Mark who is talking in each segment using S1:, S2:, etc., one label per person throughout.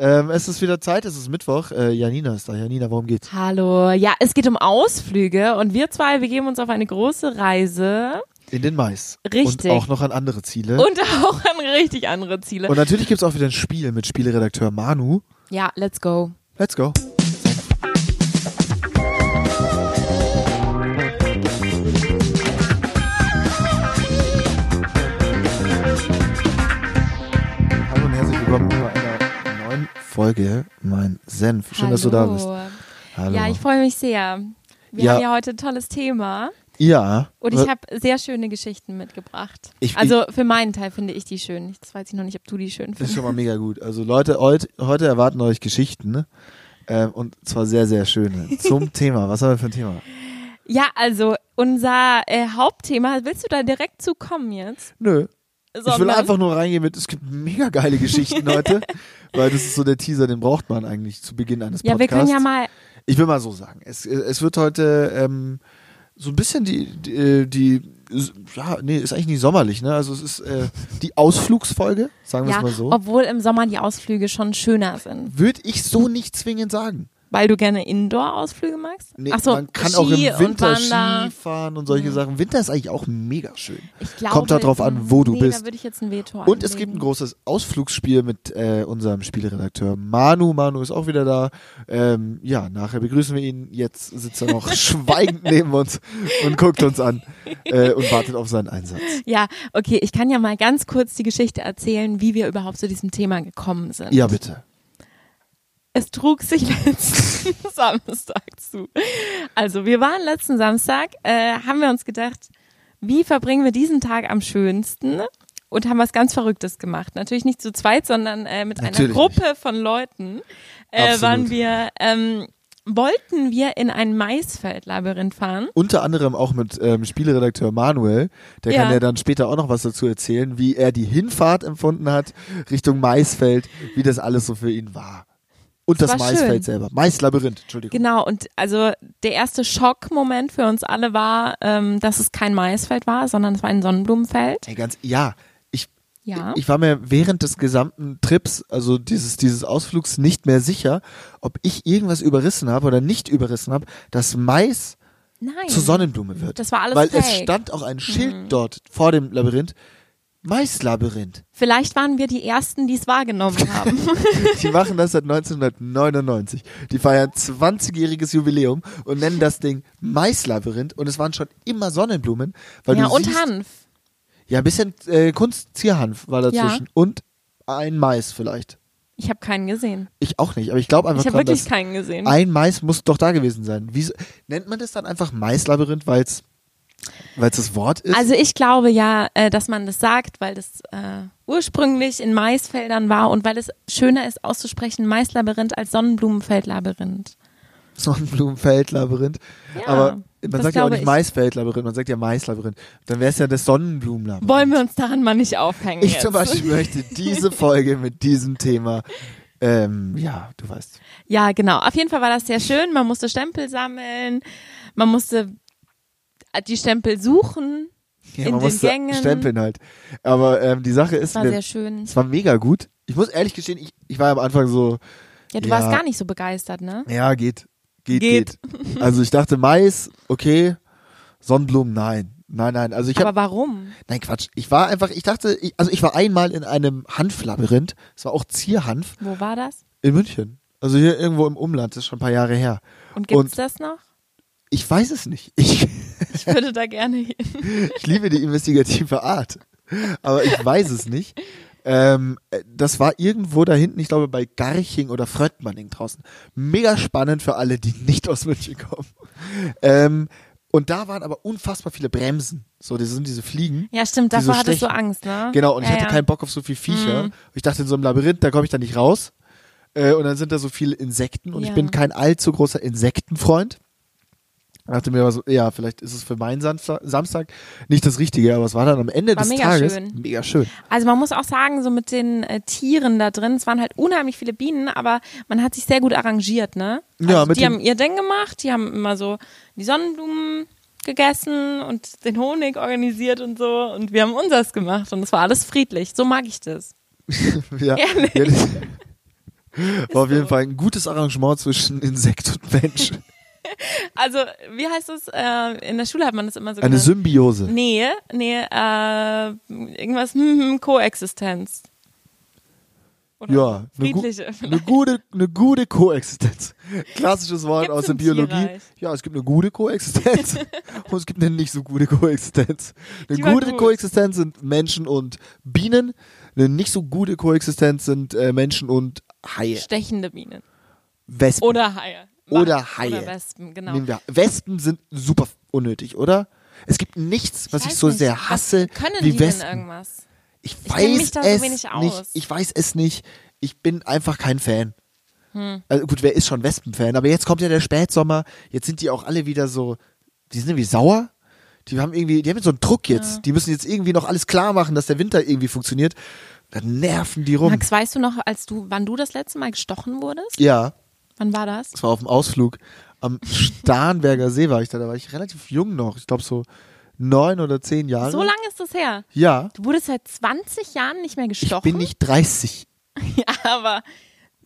S1: Ähm, es ist wieder Zeit, es ist Mittwoch. Äh, Janina ist da. Janina, worum geht's?
S2: Hallo. Ja, es geht um Ausflüge und wir zwei begeben uns auf eine große Reise
S1: In den Mais.
S2: Richtig.
S1: Und auch noch an andere Ziele.
S2: und auch an richtig andere Ziele.
S1: Und natürlich gibt's auch wieder ein Spiel mit Spieleredakteur Manu.
S2: ja, let's go.
S1: Let's go. Hallo und herzlich willkommen bei einer neuen Folge Mein Senf. Schön, dass du da bist. Hallo.
S2: Ja, ich freue mich sehr. Wir
S1: Ja.
S2: haben ja heute ein tolles Thema
S1: ja.
S2: und ich habe sehr schöne Geschichten mitgebracht.
S1: Ich-
S2: also für meinen Teil finde ich die schön. Das weiß ich noch nicht, ob du die schön
S1: Das ist
S2: findest.
S1: schon mal mega gut. Also Leute, heut, heute erwarten euch Geschichten. Ne? Ähm, und zwar sehr, sehr schöne. Zum Thema. Was haben wir für ein Thema?
S2: Ja, also unser äh, Hauptthema, willst du da direkt zu kommen jetzt?
S1: Nö. Ich will
S2: Sondern-
S1: einfach nur reingehen mit, es gibt mega geile Geschichten heute, weil das ist so der Teaser, den braucht man eigentlich zu Beginn eines
S2: ja,
S1: Podcasts.
S2: wir können ja mal
S1: ich will mal so sagen, es, es wird heute ähm, so ein bisschen die, die, die, ja, nee, ist eigentlich nicht sommerlich, ne? Also es ist äh, die Ausflugsfolge, sagen wir es
S2: Ja,
S1: mal so.
S2: obwohl im Sommer die Ausflüge schon schöner sind.
S1: Würde ich so nicht zwingend sagen.
S2: Weil du gerne Indoor-Ausflüge magst?
S1: Nee,
S2: Ach so,
S1: man kann
S2: Ski
S1: auch im
S2: und
S1: Winter
S2: Wander.
S1: Skifahren und solche Sachen. Winter ist eigentlich auch mega schön.
S2: Ich glaube, hm,
S1: Kommt da drauf an, wo du
S2: nee,
S1: bist.
S2: Da würde ich jetzt ein Veto
S1: Und es gibt
S2: einlegen.
S1: ein großes Ausflugsspiel mit äh, unserem Spielredakteur Manu. Manu ist auch wieder da. Ähm, ja, nachher begrüßen wir ihn. Jetzt sitzt er noch schweigend neben uns und guckt uns an äh, und wartet auf seinen Einsatz.
S2: Ja, okay, ich kann ja mal ganz kurz die Geschichte erzählen, wie wir überhaupt zu diesem Thema gekommen sind.
S1: Ja, bitte.
S2: Es trug sich letzten Samstag zu. Also, wir waren letzten Samstag, äh, haben wir uns gedacht, wie verbringen wir diesen Tag am schönsten? Und haben was ganz Verrücktes gemacht. Natürlich nicht zu zweit, sondern äh, mit
S1: Natürlich
S2: einer Gruppe von Leuten äh,
S1: Absolut.
S2: waren wir, ähm, wollten wir in ein Maisfeldlabyrinth fahren.
S1: Unter anderem auch mit ähm, Spielredakteur Manuel. Der
S2: Ja.
S1: kann ja dann später auch noch was dazu erzählen, wie er die Hinfahrt empfunden hat Richtung Maisfeld, wie das alles so für ihn war. Und das,
S2: war schön.
S1: Maisfeld selber. Maislabyrinth, Entschuldigung.
S2: Genau, und also der erste Schockmoment für uns alle war, ähm, dass es kein Maisfeld war, sondern es war ein Sonnenblumenfeld.
S1: Ey, ganz, ja, ich,
S2: Ja.
S1: ich war mir während des gesamten Trips, also dieses, dieses Ausflugs, nicht mehr sicher, ob ich irgendwas überrissen habe oder nicht überrissen habe, dass Mais
S2: Nein.
S1: zur Sonnenblume wird.
S2: Das war alles Mhm.
S1: Weil es
S2: fake.
S1: stand auch ein Schild dort vor dem Labyrinth. Maislabyrinth.
S2: Vielleicht waren wir die Ersten, die es wahrgenommen haben.
S1: Die machen das seit 1999. Die feiern 20-jähriges Jubiläum und nennen das Ding Maislabyrinth. Und es waren schon immer Sonnenblumen. Weil
S2: ja,
S1: du
S2: und
S1: siehst,
S2: Hanf.
S1: Ja, ein bisschen äh, Kunstzierhanf war dazwischen.
S2: Ja.
S1: Und ein Mais vielleicht.
S2: Ich habe keinen gesehen.
S1: Ich auch nicht, aber ich glaube einfach
S2: Ich habe
S1: dran,
S2: wirklich
S1: dass
S2: keinen gesehen.
S1: ein Mais muss doch da gewesen sein. Wieso, nennt man das dann einfach Maislabyrinth, weil es das Wort ist?
S2: Also ich glaube ja, äh, dass man das sagt, weil das äh, ursprünglich in Maisfeldern war und weil es schöner ist auszusprechen Maislabyrinth als Sonnenblumenfeldlabyrinth.
S1: Sonnenblumenfeldlabyrinth.
S2: Ja,
S1: aber
S2: das
S1: man sagt ja auch
S2: glaube
S1: nicht
S2: ich.
S1: Maisfeldlabyrinth, man sagt ja Maislabyrinth. Dann wäre es ja das Sonnenblumenlabyrinth.
S2: Wollen wir uns daran mal nicht aufhängen
S1: ich
S2: jetzt.
S1: zum Beispiel möchte diese Folge mit diesem Thema, ähm, ja, du weißt.
S2: Ja, genau. Auf jeden Fall war das sehr schön. Man musste Stempel sammeln, man musste äh, die Stempel suchen.
S1: Ja,
S2: In
S1: man
S2: den
S1: muss
S2: Gängen.
S1: stempeln halt. Aber ähm, die Sache ist,
S2: Das war
S1: mir-
S2: sehr schön.
S1: es war mega gut. Ich muss ehrlich gestehen, ich, ich war am Anfang so,
S2: Ja, du
S1: Ja.
S2: warst gar nicht so begeistert, ne?
S1: Ja, geht. Geht, geht.
S2: Geht.
S1: Also ich dachte Mais, okay, Sonnenblumen, nein. Nein, nein, also ich habe,
S2: Aber warum?
S1: nein Quatsch, ich war einfach, ich dachte, ich, also ich war einmal in einem Hanflabyrinth, es war auch Zierhanf,
S2: Wo war das?
S1: in München. Also hier irgendwo im Umland, das ist schon ein paar Jahre her.
S2: Und gibt's
S1: Und-
S2: das noch?
S1: Ich weiß es nicht, ich,
S2: Ich würde da gerne hin.
S1: ich liebe die investigative Art, aber ich weiß es nicht. Ähm, äh, das war irgendwo da hinten, ich glaube bei Garching oder Fröttmanning draußen. Mega spannend für alle, die nicht aus München kommen. Ähm, und da waren aber unfassbar viele Bremsen. So, das sind diese Fliegen.
S2: Ja, stimmt,
S1: Die so
S2: davor hattest du
S1: stechen.
S2: Angst, ne?
S1: Genau, und ich
S2: ja,
S1: hatte
S2: ja. Mhm.
S1: keinen Bock auf so viel Viecher. Ich dachte, in so einem Labyrinth, da komme ich da nicht raus. Äh, und dann sind da so viele Insekten und ich
S2: Ja.
S1: bin kein allzu großer Insektenfreund. Ich dachte mir aber so, ja, vielleicht ist es für meinen Samstag, Samstag nicht das Richtige, aber es war dann am Ende
S2: War
S1: des
S2: mega
S1: Tages
S2: schön.
S1: mega schön.
S2: Also man muss auch sagen, so mit den äh, Tieren da drin, es waren halt unheimlich viele Bienen, aber man hat sich sehr gut arrangiert, ne? Also
S1: Ja, mit
S2: die
S1: dem-
S2: haben ihr Ding gemacht, die haben immer so die Sonnenblumen gegessen und den Honig organisiert und so und wir haben unseres gemacht und es war alles friedlich. So mag ich das.
S1: ja,
S2: Ehrlich?
S1: Ja, das, War auf jeden Fall ein gutes Arrangement zwischen Insekt und Mensch.
S2: Also, wie heißt es? Äh, in der Schule hat man das immer so
S1: Eine
S2: genannt.
S1: Symbiose.
S2: Nee, nee, äh, irgendwas, hm, hm, Koexistenz. Oder
S1: Ja, eine, gu
S2: friedliche.
S1: eine gute, eine gute Koexistenz. Klassisches Wort
S2: Gibt's
S1: aus der
S2: im
S1: Biologie.
S2: Tierreich?
S1: Ja, es gibt eine gute Koexistenz und es gibt eine nicht so gute Koexistenz. Eine
S2: Die war
S1: gute
S2: gut.
S1: Koexistenz sind Menschen und Bienen. Eine nicht so gute Koexistenz sind äh, Menschen und Haie.
S2: Stechende Bienen.
S1: Wespen.
S2: Oder Haie.
S1: Oder Haie.
S2: Oder Wespen, genau.
S1: Nehmen wir. Wespen sind super unnötig, oder? Es gibt nichts, was ich,
S2: weiß
S1: so
S2: nicht,
S1: sehr
S2: was
S1: hasse
S2: Können
S1: wie
S2: die
S1: Wespen.
S2: denn irgendwas?
S1: Ich weiß
S2: kenn mich da so
S1: es
S2: wenig aus.
S1: nicht. Ich weiß es nicht. Ich bin einfach kein Fan.
S2: Hm.
S1: Also gut, wer ist schon Wespen-Fan? Aber jetzt kommt ja der Spätsommer. Jetzt sind die auch alle wieder so. Die sind irgendwie sauer. Die haben irgendwie, die haben jetzt so einen Druck jetzt. Die müssen jetzt irgendwie noch alles klar machen, dass der Winter irgendwie funktioniert. Dann nerven die rum.
S2: Max, weißt du noch, als du, wann du das letzte Mal gestochen wurdest?
S1: Ja,
S2: Wann war das?
S1: das war auf dem Ausflug. Am Starnberger See war ich da. Da war ich relativ jung noch. Ich glaube so neun oder zehn Jahre.
S2: So lange ist das her.
S1: Ja.
S2: Du wurdest seit 20 Jahren nicht mehr
S1: Ich
S2: gestochen.
S1: bin nicht 30.
S2: Ja, aber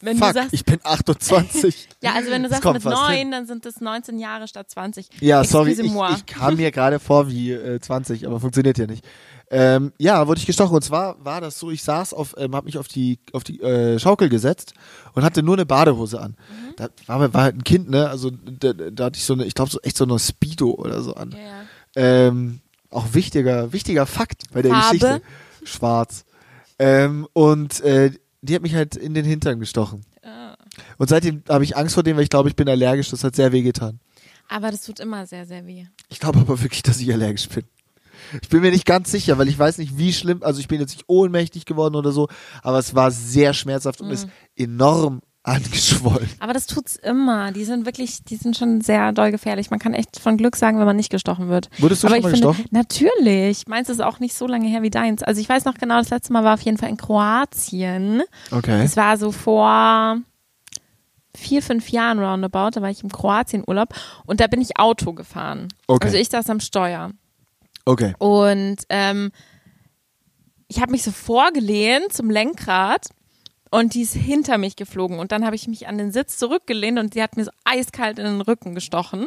S2: wenn
S1: Fuck,
S2: du sagst,
S1: ich bin 28.
S2: ja, also wenn du
S1: Das
S2: sagst
S1: kommt
S2: mit
S1: fast hin.
S2: neun, dann sind das 19 Jahre statt 20.
S1: Ja, sorry, ich,
S2: Excusez-moi.
S1: ich kam mir gerade vor wie äh, 20, aber funktioniert ja nicht. Ähm, ja, wurde ich gestochen. Und zwar war das so, ich saß auf, ähm, hab mich auf die, auf die äh, Schaukel gesetzt und hatte nur eine Badehose an.
S2: Mhm.
S1: Da war, mir- war halt ein Kind, ne? Also da, da hatte ich so eine, ich glaube so echt so eine Speedo oder so an.
S2: Ja, ja.
S1: Ähm, auch wichtiger, wichtiger Fakt bei der
S2: Farbe?
S1: Geschichte. Schwarz. Ähm, und äh, die hat mich halt in den Hintern gestochen.
S2: Ah.
S1: Und seitdem habe ich Angst vor dem, weil ich glaube, ich bin allergisch. Das hat sehr weh getan.
S2: aber das tut immer sehr, sehr weh.
S1: Ich glaube aber wirklich, dass ich allergisch bin. Ich bin mir nicht ganz sicher, weil ich weiß nicht, wie schlimm. Also ich bin jetzt nicht ohnmächtig geworden oder so, aber es war sehr schmerzhaft und
S2: Mhm.
S1: ist enorm angeschwollen.
S2: Aber das tut's immer. Die sind wirklich, die sind schon sehr doll gefährlich. Man kann echt von Glück sagen, wenn man nicht gestochen wird.
S1: Wurdest du
S2: Aber
S1: schon mal
S2: ich
S1: gestochen?
S2: Finde, natürlich. Meins ist auch nicht so lange her wie deins. Also ich weiß noch genau, das letzte Mal war auf jeden Fall in Kroatien.
S1: Okay.
S2: Es war so vor vier, fünf Jahren roundabout. Da war ich im Kroatien-Urlaub und da bin ich Auto gefahren.
S1: Okay.
S2: Also ich saß am Steuer.
S1: Okay.
S2: Und ähm, ich habe mich so vorgelehnt zum Lenkrad und die ist hinter mich geflogen. Und dann habe ich mich an den Sitz zurückgelehnt und sie hat mir so eiskalt in den Rücken gestochen.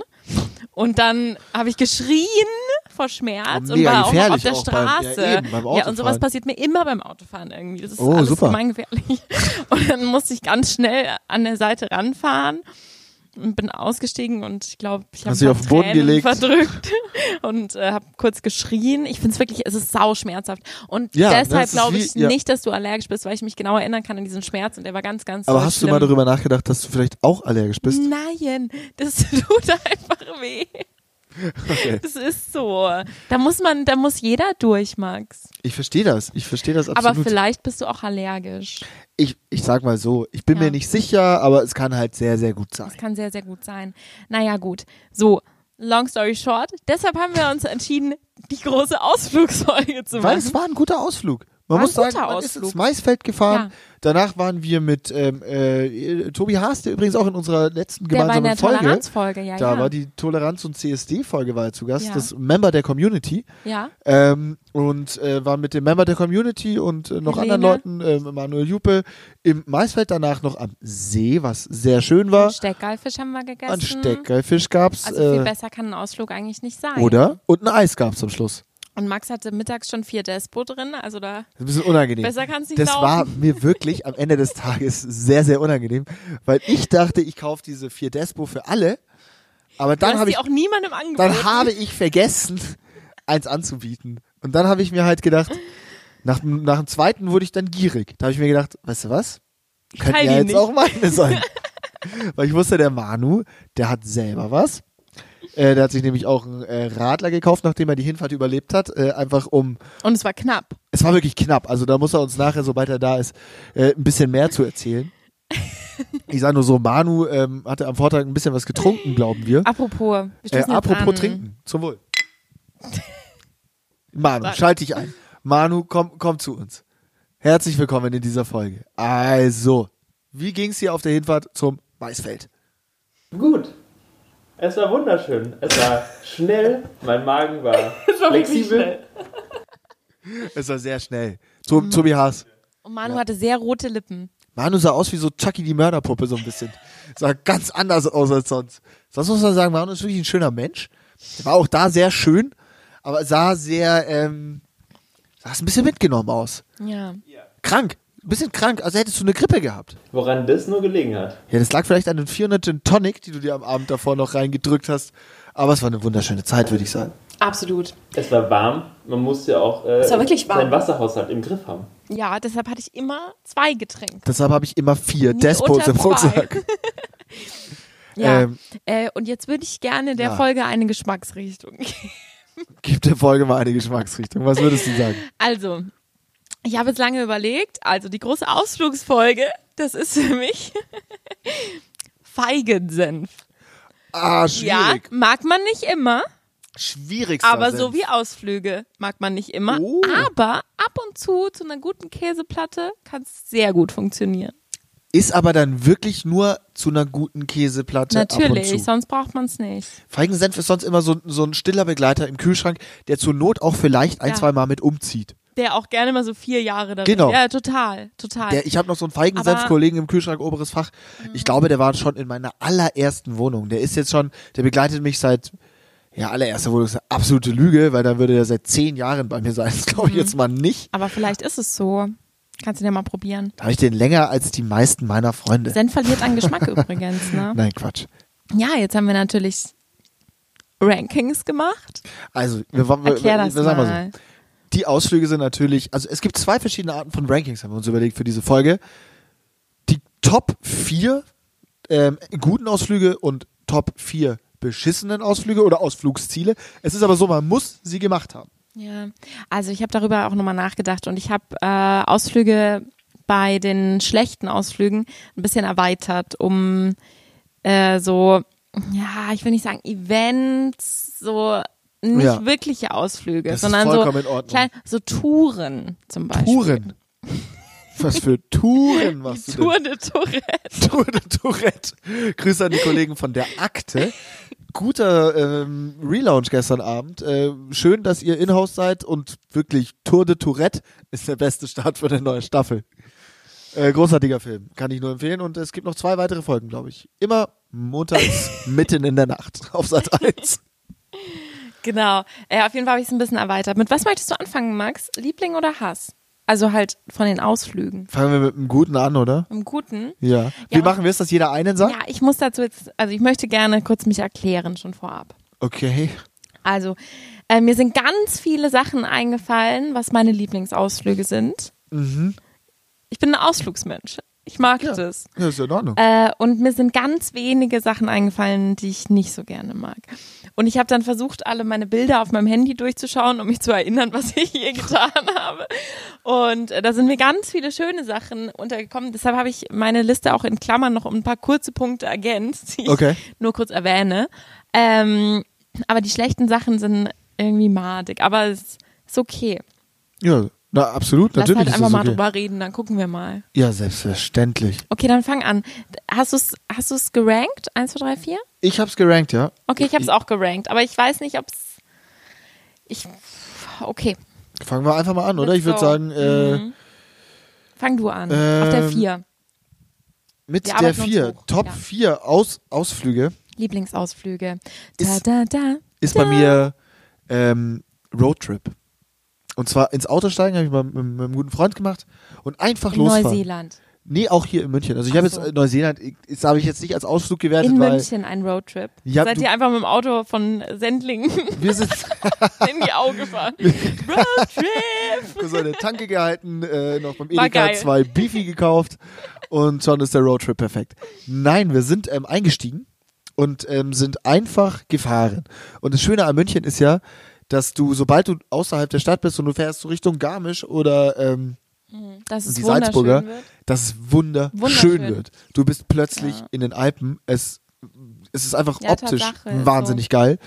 S2: Und dann habe ich geschrien vor Schmerz
S1: Oh,
S2: und
S1: mega
S2: war auch noch auf
S1: gefährlich
S2: der
S1: auch beim- ja,
S2: Straße.
S1: eben, beim
S2: und
S1: Autofahren.
S2: sowas passiert mir immer beim Autofahren irgendwie. Das ist
S1: Oh,
S2: alles
S1: super.
S2: gemein gefährlich. Und dann musste ich ganz schnell an der Seite ranfahren und bin ausgestiegen und ich glaube, ich habe
S1: Hast du dich auf den Boden gelegt?
S2: verdrückt und äh, habe kurz geschrien. Ich finde es wirklich, es ist sauschmerzhaft. Und
S1: Ja, das
S2: deshalb
S1: ist
S2: glaube
S1: wie-
S2: ich
S1: ja.
S2: nicht, dass du allergisch bist, weil ich mich genau erinnern kann an diesen Schmerz und der war ganz, ganz
S1: Aber
S2: so
S1: hast
S2: schlimm. Mhm.
S1: du mal darüber nachgedacht, dass du vielleicht auch allergisch bist?
S2: Nein, das tut einfach weh.
S1: Okay.
S2: Das ist so. Da muss man, da muss jeder durch, Max.
S1: Ich verstehe das. Ich verstehe das
S2: Aber
S1: absolut.
S2: vielleicht bist du auch allergisch.
S1: ich, ich sag mal so, ich bin
S2: Ja.
S1: mir nicht sicher, aber es kann halt sehr, sehr gut sein.
S2: Das kann sehr, sehr gut sein. Naja, gut. So, long story short. Deshalb haben wir uns entschieden, die große Ausflugsfolge zu
S1: Weil
S2: machen.
S1: es war ein guter Ausflug. Man
S2: War
S1: muss
S2: ein guter
S1: sagen, man ist
S2: Ausflug.
S1: ins Maisfeld gefahren.
S2: Ja.
S1: Danach waren wir mit ähm, äh, Tobi Haas, der übrigens auch in unserer letzten
S2: Der war in
S1: gemeinsamen
S2: der
S1: Folge.
S2: Toleranzfolge, ja,
S1: da
S2: ja.
S1: war die Toleranz- und CSD-Folge war er zu Gast,
S2: Ja.
S1: das Member der Community.
S2: ja.
S1: Ähm, und äh, war mit dem Member der Community und äh, noch
S2: Helene.
S1: anderen Leuten, ähm, Manuel Juppe, im Maisfeld danach noch am See, was sehr schön war.
S2: Steckgeilfisch haben wir gegessen.
S1: Ein Steckgeilfisch gab's.
S2: Also viel
S1: äh,
S2: besser kann ein Ausflug eigentlich nicht sein.
S1: oder? Und ein Eis gab's am Schluss.
S2: Und Max hatte mittags schon vier Despo drin, also da
S1: Das ist ein bisschen unangenehm.
S2: Besser kann's nicht
S1: Das
S2: laufen.
S1: war mir wirklich am Ende des Tages sehr, sehr unangenehm, weil ich dachte, ich kaufe diese vier Despo für alle, aber
S2: du
S1: dann
S2: hast
S1: habe
S2: sie
S1: ich,
S2: auch niemandem angeboten.
S1: dann habe ich vergessen, eins anzubieten. Und dann habe ich mir halt gedacht, nach, dem- nach dem zweiten wurde ich dann gierig. Da habe ich mir gedacht, weißt du was? Könnten
S2: teil
S1: ja
S2: die
S1: jetzt
S2: nicht.
S1: auch meine sein. weil ich wusste, der Manu, der hat selber was. Äh, der hat sich nämlich auch einen äh, Radler gekauft, nachdem er die Hinfahrt überlebt hat, äh, einfach um
S2: Und es war knapp.
S1: es war wirklich knapp. Also da muss er uns nachher, sobald er da ist, äh, ein bisschen mehr zu erzählen. Ich sage nur so, Manu ähm, hatte am Vortag ein bisschen was getrunken, glauben wir.
S2: Apropos, wir
S1: Äh,
S2: stoßen jetzt
S1: apropos
S2: an.
S1: trinken, zum Wohl. Manu,
S2: Sag-
S1: schalte dich ein. Manu, komm, komm zu uns. Herzlich willkommen in dieser Folge. Also, wie ging's dir auf der Hinfahrt zum Maisfeld?
S3: Gut. Es war wunderschön. Es war schnell. Mein Magen war, flexibel.
S1: Es war sehr schnell. Tob Tobi Haas.
S2: Mhm. Und Manu hatte sehr rote Lippen.
S1: Manu sah aus wie so Chucky die Mörderpuppe so ein bisschen. Sah ganz anders aus als sonst. Sonst muss man sagen, Manu ist wirklich ein schöner Mensch. Der war auch da sehr schön, aber sah sehr, ähm, sah ein bisschen mitgenommen aus.
S2: Ja.
S1: Krank. Ein bisschen krank, also hättest du eine Grippe gehabt.
S3: Woran das nur gelegen hat.
S1: Ja, das lag vielleicht an den 400 Gin Tonic, die du dir am Abend davor noch reingedrückt hast. Aber es war eine wunderschöne Zeit, würde ich sagen.
S4: Absolut.
S3: Es war warm. Man muss ja auch äh,
S4: Es war wirklich warm.
S3: seinen Wasserhaushalt im Griff haben.
S2: Ja, deshalb hatte ich immer zwei Getränke.
S1: Deshalb habe ich immer vier
S2: Nie
S1: Despots
S2: unter
S1: im
S2: zwei.
S1: Rucksack.
S2: Ja.
S1: Ähm.
S2: äh, und jetzt würde ich gerne der
S1: Ja.
S2: Folge eine Geschmacksrichtung geben.
S1: Gib der Folge mal eine Geschmacksrichtung. Was würdest du sagen?
S2: Also, ich habe jetzt lange überlegt. Also, die große Ausflugsfolge, das ist für mich Feigensenf.
S1: Ah,
S2: Ja,
S1: schwierig.
S2: mag man nicht immer,
S1: Schwierigster
S2: aber so
S1: Senf.
S2: wie Ausflüge mag man nicht immer.
S1: Oh.
S2: Aber ab und zu zu einer guten Käseplatte kann es sehr gut funktionieren.
S1: Ist aber dann wirklich nur zu einer guten Käseplatte ab und
S2: Natürlich,
S1: zu.
S2: sonst braucht man es nicht.
S1: Feigensenf ist sonst immer so, so ein stiller Begleiter im Kühlschrank, der zur Not auch vielleicht ein,
S2: Ja.
S1: zwei Mal mit umzieht.
S2: Der auch gerne mal so vier Jahre da
S1: Genau.
S2: Ja, total, total.
S1: Der, ich habe noch so einen Feigensenf-Kollegen im Kühlschrank, oberes Fach.
S2: Mhm.
S1: Ich glaube, der war schon in meiner allerersten Wohnung. Der ist jetzt schon, der begleitet mich seit, ja, allererste Wohnung ist eine absolute Lüge, weil dann würde der seit zehn Jahren bei mir sein. Das glaube ich
S2: Mhm.
S1: jetzt mal nicht.
S2: aber vielleicht ist es so. Kannst du dir mal probieren.
S1: Da habe ich den länger als die meisten meiner Freunde.
S2: Senf verliert an Geschmack übrigens, ne?
S1: Nein, Quatsch.
S2: Ja, jetzt haben wir natürlich Rankings gemacht.
S1: Also, wir, wir, wir,
S2: Erklär
S1: wir
S2: das
S1: sagen mal so.
S2: mal.
S1: die Ausflüge sind natürlich, also es gibt zwei verschiedene Arten von Rankings, haben wir uns überlegt für diese Folge. Die Top 4 ähm, guten Ausflüge und Top 4 beschissenen Ausflüge oder Ausflugsziele. Es ist aber so, man muss sie gemacht haben.
S2: Ja, also ich habe darüber auch nochmal nachgedacht und ich habe äh, Ausflüge bei den schlechten Ausflügen ein bisschen erweitert, um äh, so, ja, ich will nicht sagen Events, so nicht
S1: Ja.
S2: wirkliche Ausflüge,
S1: Das ist
S2: sondern
S1: vollkommen in
S2: so,
S1: Ordnung.
S2: klein, so Touren zum Beispiel.
S1: Touren. Was für Touren machst du denn?
S2: Tour de Tourette.
S1: Tour de Tourette. Grüße an die Kollegen von der Akte. Guter ähm, Relaunch gestern Abend. Äh, schön, dass ihr in-house seid und wirklich Tour de Tourette ist der beste Start für eine neue Staffel. Äh, großartiger Film, kann ich nur empfehlen. Und es gibt noch zwei weitere Folgen, glaube ich. Immer montags mitten in der Nacht auf Sat 1.
S2: Genau. Äh, auf jeden Fall habe ich es ein bisschen erweitert. Mit was möchtest du anfangen, Max? Liebling oder Hass? Also halt von den Ausflügen.
S1: Fangen wir mit einem guten an, oder?
S2: Im Guten.
S1: Ja.
S2: Ja,
S1: Wie machen wir es, dass jeder einen sagt?
S2: Ja, ich muss dazu jetzt, also ich möchte gerne kurz mich erklären schon vorab.
S1: Okay.
S2: Also, äh, mir sind ganz viele Sachen eingefallen, was meine Lieblingsausflüge sind. Ich bin ein Ausflugsmensch. Ich mag
S1: Ja.
S2: das.
S1: Ja, ist ja in Ordnung.
S2: Äh, und mir sind ganz wenige Sachen eingefallen, die ich nicht so gerne mag. Und ich habe dann versucht, alle meine Bilder auf meinem Handy durchzuschauen, um mich zu erinnern, was ich hier getan habe. Und äh, da sind mir ganz viele schöne Sachen untergekommen. Deshalb habe ich meine Liste auch in Klammern noch um ein paar kurze Punkte ergänzt, die ich
S1: Okay.
S2: nur kurz erwähne. Ähm, aber die schlechten Sachen sind irgendwie madig. Aber es ist okay.
S1: Ja, na, absolut.
S2: Lass
S1: Natürlich
S2: halt
S1: ist
S2: einfach
S1: das
S2: mal
S1: okay.
S2: drüber reden, dann gucken wir mal.
S1: Ja, selbstverständlich.
S2: Okay, dann fang an. Hast du es hast du's gerankt? 1, 2, 3, 4?
S1: Ich hab's gerankt, ja.
S2: Okay, ich habe es auch gerankt, aber ich weiß nicht, ob es. Ich. Okay,
S1: Fangen wir einfach mal an, oder?
S2: Let's
S1: Ich würde
S2: go.
S1: sagen, äh,
S2: Mhm. fang du an. Auf der
S1: Ähm,
S2: 4.
S1: mit
S2: Wir
S1: der
S2: arbeiten uns
S1: 4,
S2: hoch,
S1: Top
S2: ja.
S1: 4 Aus Ausflüge
S2: Lieblingsausflüge. Da,
S1: Ist-
S2: da, da.
S1: ist bei mir ähm, Roadtrip. Und zwar ins Auto steigen, habe ich mal mit, mit einem guten Freund gemacht und einfach
S2: In
S1: losfahren.
S2: Neuseeland.
S1: Nee, auch hier in München. Also ich habe
S2: Ach so.
S1: jetzt äh, Neuseeland, ich- das habe ich jetzt nicht als Ausflug gewertet,
S2: In
S1: weil
S2: München ein Roadtrip.
S1: Ja,
S2: Seid
S1: du-
S2: ihr einfach mit dem Auto von Sendlingen
S1: wir sind
S2: in die Augen gefahren? Roadtrip!
S1: wir so eine Tanke gehalten, äh, noch beim
S2: War
S1: Edeka
S2: geil.
S1: zwei Beefy gekauft und schon ist der Roadtrip perfekt. Nein, wir sind ähm, eingestiegen und ähm, sind einfach gefahren. Und das Schöne an München ist ja, dass du, sobald du außerhalb der Stadt bist und du fährst so Richtung Garmisch oder ähm,
S2: Das ist
S1: die Salzburger,
S2: wunderschön. Wird.
S1: dass es wunderschön,
S2: Wunderschön.
S1: wird. Du bist plötzlich in den Alpen. Es, es ist einfach
S2: Ja,
S1: optisch
S2: Tatsache, Mhm. ist
S1: wahnsinnig geil.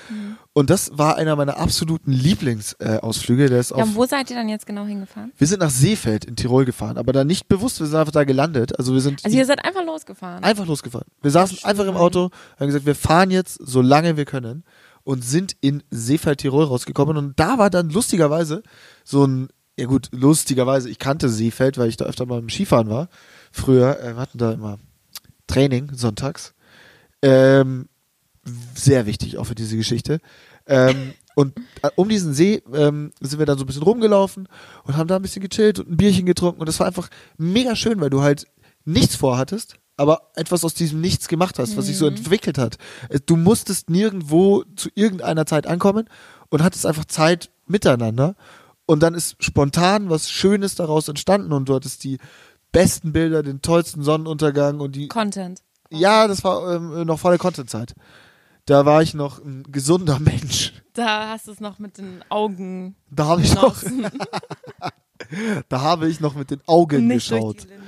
S1: Und das war einer meiner absoluten Lieblingsausflüge. Äh, Ausflüge. der ist
S2: Ja,
S1: auf
S2: und wo seid ihr dann jetzt genau hingefahren?
S1: wir sind nach Seefeld in Tirol gefahren, aber da nicht bewusst, wir sind einfach da gelandet. Also wir sind
S2: Also, ihr seid einfach losgefahren.
S1: einfach losgefahren. Wir saßen einfach im Auto, haben gesagt, wir fahren jetzt so lange wir können und sind in Seefeld Tirol rausgekommen und da war dann lustigerweise so ein ja gut, lustigerweise, ich kannte Seefeld, weil ich da öfter mal im Skifahren war. früher, äh, wir hatten da immer Training sonntags. Ähm, sehr wichtig auch für diese Geschichte. Ähm, und äh, um diesen See ähm, sind wir dann so ein bisschen rumgelaufen und haben da ein bisschen gechillt und ein Bierchen getrunken. Und das war einfach mega schön, weil du halt nichts vorhattest, aber etwas aus diesem Nichts gemacht hast, was sich so entwickelt hat. Äh, Du musstest nirgendwo zu irgendeiner Zeit ankommen und hattest einfach Zeit miteinander. Und dann ist spontan was Schönes daraus entstanden und du hattest die besten Bilder, den tollsten Sonnenuntergang und die
S2: Content.
S1: ja, das war ähm, noch vor der Content-Zeit. Da war ich noch ein gesunder Mensch.
S2: Da hast du es noch mit den Augen
S1: Da habe ich noch,
S2: genossen.
S1: da habe ich noch mit den Augen
S2: Nicht durch
S1: geschaut.
S2: die Linse.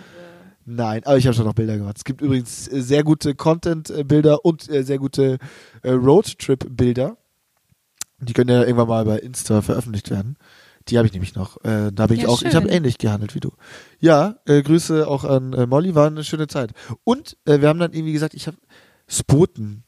S1: Nein, aber ich habe schon noch Bilder gemacht. Es gibt übrigens äh, sehr gute Content-Bilder und äh, sehr gute äh, Roadtrip-Bilder. Die können ja irgendwann mal bei Insta veröffentlicht werden. Die habe ich nämlich noch. Äh, da bin
S2: Ja,
S1: ich auch.
S2: schön.
S1: Ich habe ähnlich gehandelt wie du. Ja, äh, Grüße auch an äh, Molly. War eine schöne Zeit. Und äh, wir haben dann irgendwie gesagt, ich habe Spoten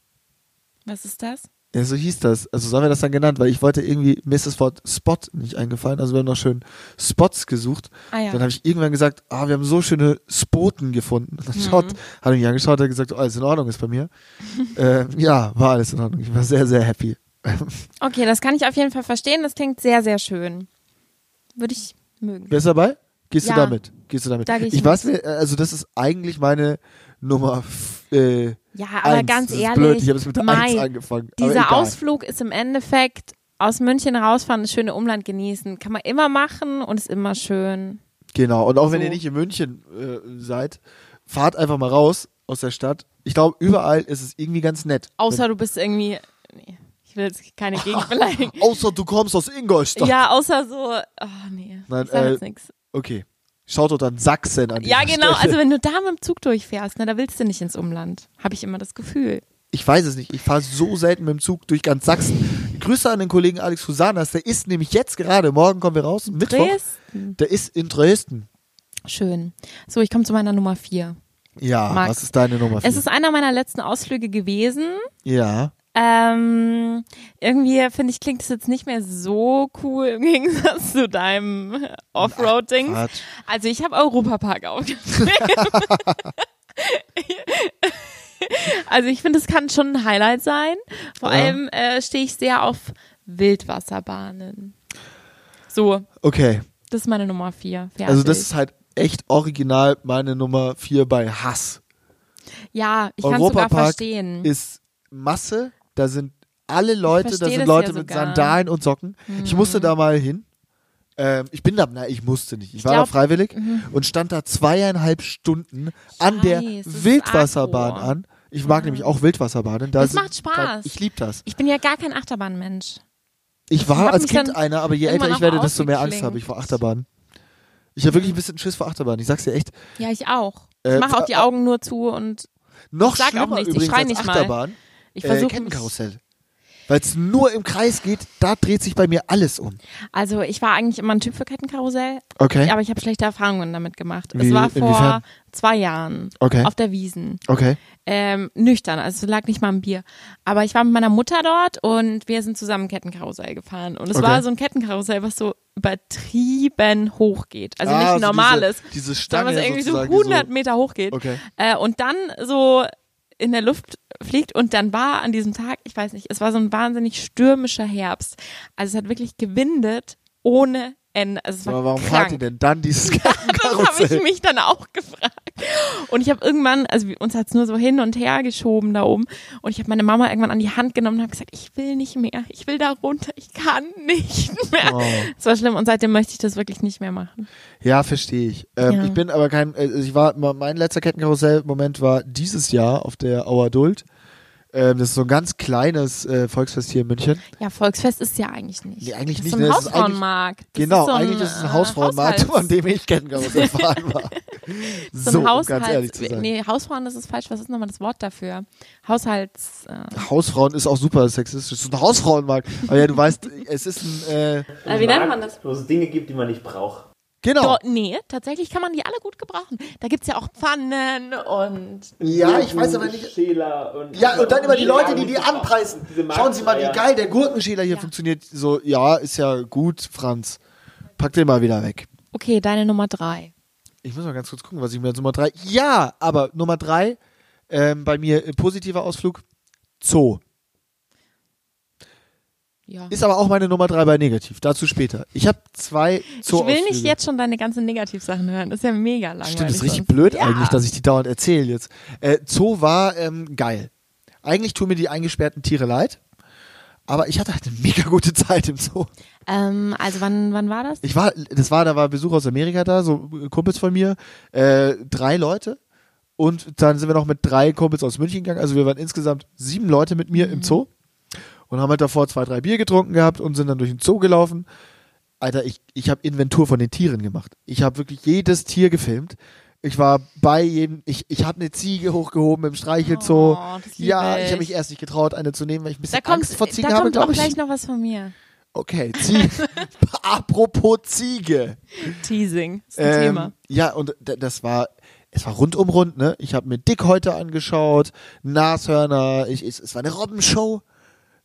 S2: Was ist das?
S1: Ja, so hieß das. Also so haben wir das dann genannt, weil ich wollte irgendwie, mir ist das Wort Spot nicht eingefallen. Also wir haben noch schön Spots gesucht.
S2: Ah ja.
S1: Dann habe ich irgendwann gesagt, ah, wir haben so schöne Spoten gefunden. Und dann
S2: Mhm.
S1: schaut, hat er mich angeschaut, hat gesagt, oh, alles in Ordnung ist bei mir. ähm, ja, war alles in Ordnung. Ich war sehr, sehr happy.
S2: Okay, das kann ich auf jeden Fall verstehen. Das klingt sehr, sehr schön. Würde ich mögen.
S1: Wer ist dabei? Gehst
S2: Ja.
S1: du damit? Gehst du damit?
S2: Da geh ich
S1: ich weiß, nicht, also das ist eigentlich meine Nummer. f- Äh,
S2: Ja, aber
S1: eins.
S2: ganz
S1: das ist
S2: ehrlich,
S1: blöd. ich habe es mit der
S2: Mai,
S1: Eins angefangen. Aber
S2: dieser
S1: egal.
S2: Ausflug ist im Endeffekt aus München rausfahren, das schöne Umland genießen. Kann man immer machen und ist immer schön.
S1: Genau, und auch wenn
S2: So.
S1: ihr nicht in München äh, seid, fahrt einfach mal raus aus der Stadt. Ich glaube, überall ist es irgendwie ganz nett.
S2: Außer du bist irgendwie. Nee, ich will jetzt keine Gegend beleidigen.
S1: wenn, außer du kommst aus Ingolstadt.
S2: Ja, außer so. Oh nee.
S1: Nein,
S2: ich sag
S1: äh,
S2: jetzt nix.
S1: Okay. Schaut doch dann Sachsen an.
S2: Ja,
S1: dieser
S2: genau.
S1: Stelle.
S2: Also, wenn du da mit dem Zug durchfährst, ne, da willst du nicht ins Umland. Habe ich immer das Gefühl.
S1: ich weiß es nicht. Ich fahre so selten mit dem Zug durch ganz Sachsen. Grüße an den Kollegen Alex Husanas. Der ist nämlich jetzt gerade, morgen kommen wir raus, Mittwoch.
S2: Dresden.
S1: Der ist in Dresden.
S2: Schön. So, ich komme zu meiner Nummer vier.
S1: Ja,
S2: Max.
S1: Ah, was ist deine Nummer?
S2: Es
S1: vier?
S2: ist einer meiner letzten Ausflüge gewesen.
S1: ja.
S2: Ähm, irgendwie finde ich, klingt es jetzt nicht mehr so cool im Gegensatz zu deinem Offroad-Ding.
S1: Ah, Quatsch.
S2: Also ich habe Europapark aufgeschrieben. also ich finde, es kann schon ein Highlight sein. Vor
S1: Ja.
S2: allem äh, stehe ich sehr auf Wildwasserbahnen. So,
S1: Okay.
S2: das ist meine Nummer vier. Fertig.
S1: Also das ist halt echt original meine Nummer 4 bei Hass.
S2: ja, ich kann es sogar
S1: Europapark
S2: verstehen.
S1: ist Masse, da sind alle Leute, da
S2: verstehe
S1: sind
S2: das
S1: Leute
S2: ja
S1: mit
S2: sogar. Hm.
S1: Sandalen und Socken. Ich musste da mal hin. Ähm, ich bin da, na, ich musste nicht. Ich, war
S2: glaub- mhm.
S1: da freiwillig und stand da zweieinhalb Stunden an der
S2: weiß, das ist
S1: Wildwasserbahn
S2: aggro.
S1: an. Ich mag nämlich auch Wildwasserbahnen. Da
S2: Das
S1: sind-
S2: macht Spaß.
S1: Ich liebe das.
S2: ich bin ja gar kein Achterbahnmensch.
S1: Ich
S2: Ich hab
S1: war als
S2: mich
S1: Kind
S2: dann
S1: einer, aber je
S2: irgendwann
S1: älter ich
S2: auch
S1: werde, desto mehr Angst
S2: ausgeklinkt.
S1: habe ich vor Achterbahnen. Ich habe wirklich ein bisschen Schiss vor Achterbahnen. Ich sag's dir echt.
S2: Ja, ich auch.
S1: Äh,
S2: Ich mache auch
S1: äh,
S2: die Augen nur zu und
S1: Noch
S2: Sag auch
S1: schlimmer
S2: nichts, ich
S1: übrigens
S2: schrei
S1: als
S2: nicht mal.
S1: Achterbahn.
S2: ich
S1: äh,
S2: versuche
S1: Kettenkarussell. Weil es nur im Kreis geht, da dreht sich bei mir alles um.
S2: Also ich war eigentlich immer ein Typ für Kettenkarussell,
S1: Okay.
S2: aber ich habe schlechte Erfahrungen damit gemacht.
S1: Wie-
S2: es war vor
S1: inwiefern?
S2: zwei Jahren
S1: Okay.
S2: auf der Wiesen.
S1: Okay.
S2: Ähm, nüchtern, also es lag nicht mal ein Bier. Aber ich war mit meiner Mutter dort und wir sind zusammen Kettenkarussell gefahren. Und es
S1: Okay.
S2: war so ein Kettenkarussell, was so übertrieben hoch geht. Also nicht ein
S1: Ah, so
S2: normales,
S1: Diese, diese
S2: sondern
S1: Stange
S2: was irgendwie so
S1: sozusagen,
S2: 100 Meter hoch geht.
S1: Okay.
S2: Äh, und dann so in der Luft fliegt und dann war an diesem Tag, ich weiß nicht, es war so ein wahnsinnig stürmischer Herbst. Also es hat wirklich gewindet ohne Ende. Also es
S1: so,
S2: war
S1: aber warum
S2: krank.
S1: fahrt ihr denn dann dieses
S2: Das habe ich
S1: Karussell?
S2: mich dann auch gefragt. Und ich habe irgendwann, also wir- uns hat's nur so hin und her geschoben da oben. Und ich habe meine Mama irgendwann an die Hand genommen und habe gesagt, ich will nicht mehr, ich will da runter, ich kann nicht mehr.
S1: Oh.
S2: Es war schlimm und seitdem möchte ich das wirklich nicht mehr machen.
S1: Ja, verstehe ich. Ähm,
S2: Ja.
S1: Ich bin aber kein, äh, ich war, mein letzter Kettenkarussell-Moment war dieses Jahr auf der Auer Duld. Ähm, das ist so ein ganz kleines äh, Volksfest hier in München.
S2: Ja, Volksfest ist ja eigentlich nicht.
S1: Nee, eigentlich
S2: das
S1: nicht,
S2: Ist so
S1: ne,
S2: ein
S1: es ist eigentlich-
S2: Hausfrauenmarkt. Das
S1: genau,
S2: ist so ein,
S1: eigentlich ist es ein
S2: äh,
S1: Hausfrauenmarkt,
S2: Haushalts-
S1: von dem ich Kettenkarussell fahren war. so
S2: so, ein
S1: um
S2: Haushalts
S1: ganz ehrlich zu sein.
S2: Nee, Hausfrauen, das ist falsch. Was ist nochmal das Wort dafür? Haushalts. Äh,
S1: Hausfrauen ist auch super sexistisch. So ein Hausfrauenmarkt. Aber ja, du weißt, es ist ein. Äh,
S2: äh, wie nennt man das?
S3: Wo es Dinge gibt, die man nicht braucht.
S1: genau.
S2: Doch, nee, tatsächlich kann man die alle gut gebrauchen. Da gibt's ja auch Pfannen und.
S1: Ja, ich weiß aber nicht.
S3: Schäler und
S1: Ja, und dann immer die Leute, die die
S3: brauchen.
S1: anpreisen.
S3: Diese Marktschreier.
S1: Schauen Sie mal, wie geil der Gurkenschäler hier
S2: Ja.
S1: funktioniert. So, ja, ist ja gut, Franz. Pack den mal wieder weg.
S2: Okay, deine Nummer drei.
S1: Ich muss mal ganz kurz gucken, was ich mir als Nummer drei. Ja, aber Nummer drei ähm, bei mir äh, positiver Ausflug Zoo.
S2: Ja.
S1: Ist aber auch meine Nummer drei bei negativ. Dazu später. Ich habe zwei
S2: Ich will
S1: Zoo.
S2: nicht jetzt schon deine ganzen Negativsachen hören. Das ist ja mega langweilig.
S1: Stimmt, ist richtig
S2: sonst.
S1: blöd
S2: ja.
S1: eigentlich, dass ich die dauernd erzähle jetzt. Äh, Zoo war ähm, geil. Eigentlich tun mir die eingesperrten Tiere leid, aber ich hatte halt eine mega gute Zeit im Zoo.
S2: Ähm, also wann, wann war das?
S1: Ich war, das war, da war Besuch aus Amerika da, so Kumpels von mir, äh, drei Leute. Und dann sind wir noch mit drei Kumpels aus München gegangen. Also wir waren insgesamt sieben Leute mit mir
S2: Mhm.
S1: im Zoo und haben halt davor zwei, drei Bier getrunken gehabt und sind dann durch den Zoo gelaufen. Alter, ich, ich habe Inventur von den Tieren gemacht. Ich habe wirklich jedes Tier gefilmt. Ich war bei jedem, ich, ich habe eine Ziege hochgehoben im Streichelzoo.
S2: Oh, das liebe
S1: ja, ich
S2: ich.
S1: habe mich erst nicht getraut, eine zu nehmen, weil ich ein bisschen
S2: Da kommt,
S1: Angst vor Ziegen
S2: da
S1: habe,
S2: kommt auch
S1: glaube ich.
S2: gleich noch was von mir.
S1: Okay, Ziege. Apropos Ziege.
S2: Teasing ist ein
S1: Ähm,
S2: Thema.
S1: Ja, und d- das war, es war rundum rund, ne? Ich habe mir Dickhäute angeschaut, Nashörner, ich, ich, es war eine Robbenshow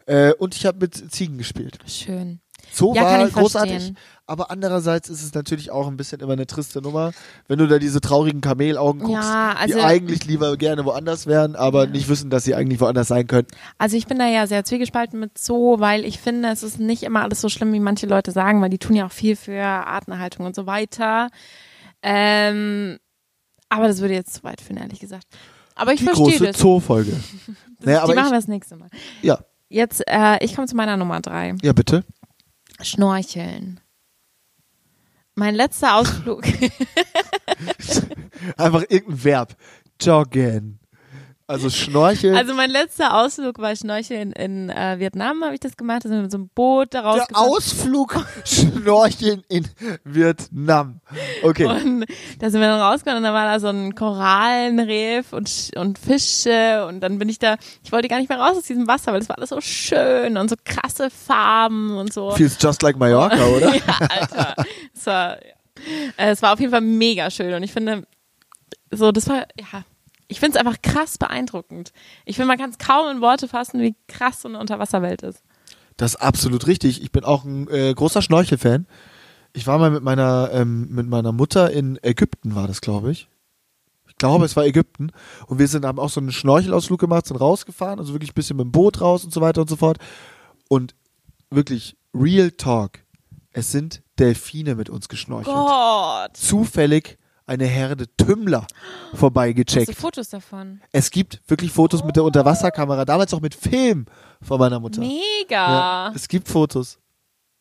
S1: äh, und ich habe mit Ziegen gespielt.
S2: Schön.
S1: So
S2: Ja, kann
S1: war
S2: ich
S1: großartig.
S2: verstehen.
S1: Aber andererseits ist es natürlich auch ein bisschen immer eine triste Nummer, wenn du da diese traurigen Kamelaugen guckst,
S2: Ja, also-
S1: die eigentlich lieber gerne woanders wären, aber nicht wissen, dass sie eigentlich woanders sein könnten.
S2: Also ich bin da ja sehr zwiegespalten mit Zoo, weil ich finde, es ist nicht immer alles so schlimm, wie manche Leute sagen, weil die tun ja auch viel für Artenerhaltung und so weiter. Ähm, aber das würde jetzt zu weit führen, ehrlich gesagt. Aber ich
S1: Die
S2: verstehe
S1: große
S2: das.
S1: Zoo-Folge.
S2: das
S1: Naja,
S2: die
S1: aber
S2: machen
S1: ich-
S2: wir das nächste Mal.
S1: Ja,
S2: Jetzt, äh, ich komme zu meiner Nummer drei.
S1: ja bitte.
S2: Schnorcheln. Mein letzter Ausflug.
S1: Einfach irgendein Verb. Joggen. Also Schnorcheln.
S2: Also mein letzter Ausflug war Schnorcheln in äh, Vietnam, habe ich das gemacht. Da sind wir mit so einem Boot da
S1: Der
S2: rausgefahren.
S1: Ausflug Schnorcheln in Vietnam. Okay.
S2: Und da sind wir dann rausgekommen und dann war da so ein Korallenriff und, Sch- und Fische und dann bin ich da, ich wollte gar nicht mehr raus aus diesem Wasser, weil es war alles so schön und so krasse Farben und so.
S1: Feels just like Mallorca, oder?
S2: Ja, Alter. Es war, ja. Äh, es war auf jeden Fall mega schön und ich finde, so, das war, ja, ich finde es einfach krass beeindruckend. Ich finde, man kann es kaum in Worte fassen, wie krass so eine Unterwasserwelt ist.
S1: Das ist absolut richtig. Ich bin auch ein äh, großer Schnorchelfan. Ich war mal mit meiner, ähm, mit meiner Mutter in Ägypten, war das, glaube ich. Ich glaube, es war Ägypten. Und wir sind, haben auch so einen Schnorchelausflug gemacht, sind rausgefahren, also wirklich ein bisschen mit dem Boot raus und so weiter und so fort. Und wirklich, real talk. Es sind Delfine mit uns geschnorchelt.
S2: Gott.
S1: Zufällig eine Herde Tümmler
S2: Hast
S1: vorbeigecheckt.
S2: du Fotos davon?
S1: Es gibt wirklich Fotos mit der Unterwasserkamera, damals auch mit Film von meiner Mutter.
S2: Mega.
S1: Ja, es gibt Fotos.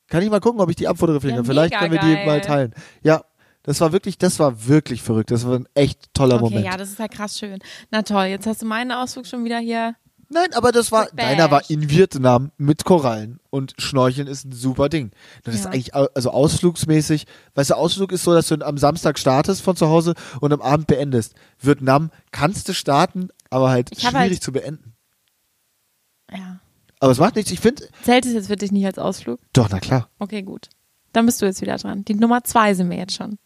S1: Kann ich mal gucken, ob ich die abfotografieren
S2: Ja,
S1: kann. Vielleicht
S2: mega
S1: können wir
S2: geil.
S1: die mal teilen. Ja, das war wirklich, das war wirklich verrückt. Das war ein echt toller
S2: Okay,
S1: Moment.
S2: ja, das ist halt krass schön. Na toll, jetzt hast du meinen Ausflug schon wieder hier.
S1: Nein, aber das war,
S2: Gebasht.
S1: deiner war in Vietnam mit Korallen und Schnorcheln ist ein super Ding. Das ist
S2: Ja.
S1: eigentlich, au- also ausflugsmäßig, weißt du, Ausflug ist so, dass du am Samstag startest von zu Hause und am Abend beendest. Vietnam kannst du starten, aber halt
S2: Ich hab
S1: schwierig
S2: halt-
S1: zu beenden.
S2: Ja.
S1: Aber es macht nichts. Ich finde,
S2: Zählt es jetzt für dich nicht als Ausflug?
S1: doch, na klar.
S2: Okay, gut. Dann bist du jetzt wieder dran. Die Nummer zwei sind wir jetzt schon.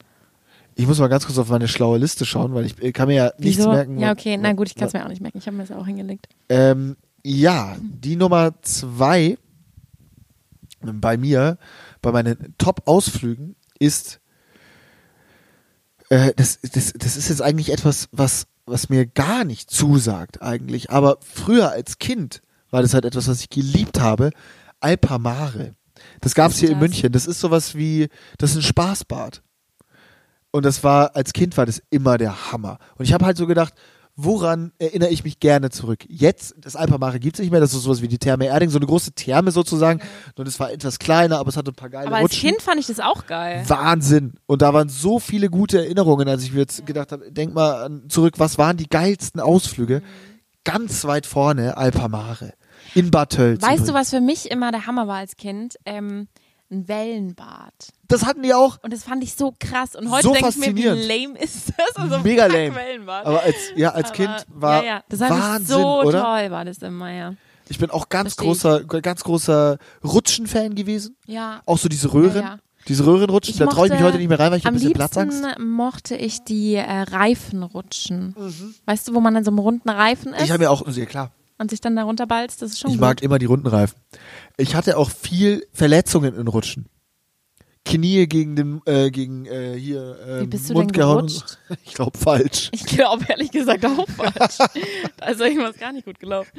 S1: Ich muss mal ganz kurz auf meine schlaue Liste schauen, weil ich äh, kann mir ja nichts
S2: Wieso?
S1: merken. ne?
S2: ja, okay, na gut, ich kann es mir auch nicht merken. Ich habe mir das auch hingelegt.
S1: Ähm, ja, die Nummer zwei bei mir, bei meinen Top-Ausflügen, ist, äh, das, das, das ist jetzt eigentlich etwas, was, was mir gar nicht zusagt eigentlich, aber früher als Kind war das halt etwas, was ich geliebt habe, Alpamare. Das gab es hier in
S2: das?
S1: München. Das ist sowas wie, das ist ein Spaßbad. Und das war, als Kind war das immer der Hammer. Und ich habe halt so gedacht, woran erinnere ich mich gerne zurück? Jetzt, das Alpamare gibt es nicht mehr, das ist sowas wie die Therme Erding, so eine große Therme sozusagen. Und es war etwas kleiner, aber es hatte ein paar geile
S2: Aber als
S1: Rutschen.
S2: Kind fand ich das auch geil.
S1: Wahnsinn. Und da waren so viele gute Erinnerungen, als ich mir jetzt gedacht habe, denk mal an, zurück, was waren die geilsten
S2: Mhm.
S1: Ausflüge? Ganz weit vorne, Alpamare. In Bad Tölz.
S2: Weißt du,
S1: übrigens.
S2: was für mich immer der Hammer war als Kind? Ähm, ein Wellenbad.
S1: Das hatten die auch.
S2: Und das fand ich so krass. Und heute
S1: So
S2: denke ich mir, wie
S1: faszinierend.
S2: lame ist das? Also
S1: Mega
S2: fuck
S1: lame.
S2: Wellenbad.
S1: Aber als, ja, als
S2: Aber-
S1: Kind war
S2: ja, ja. Das fand ich
S1: Wahnsinn,
S2: so
S1: oder?
S2: toll war das immer, ja.
S1: Ich bin auch ganz
S2: Versteh ich.
S1: großer, ganz großer Rutschen-Fan gewesen.
S2: Ja.
S1: Auch so diese Röhren.
S2: Ja, ja.
S1: Diese Röhrenrutschen, da traue ich mich
S2: mochte-
S1: heute nicht mehr rein, weil ich ein
S2: am
S1: bisschen
S2: liebsten
S1: Platzangst.
S2: mochte ich die äh, Reifenrutschen. Weißt du, wo man in so einem runden Reifen ist
S1: Mhm. Ich habe ja auch, ja klar,
S2: und sich dann da runterbalzt? Das ist schon
S1: ich
S2: gut.
S1: mag immer die runden Reifen. Ich hatte auch viel Verletzungen in Rutschen. Knie gegen den äh, gegen äh, hier ähm,
S2: Wie bist du
S1: Mund
S2: denn
S1: gehauen.
S2: gerutscht?
S1: Ich glaube falsch.
S2: Ich glaube ehrlich gesagt auch falsch. also irgendwas gar nicht gut gelaufen.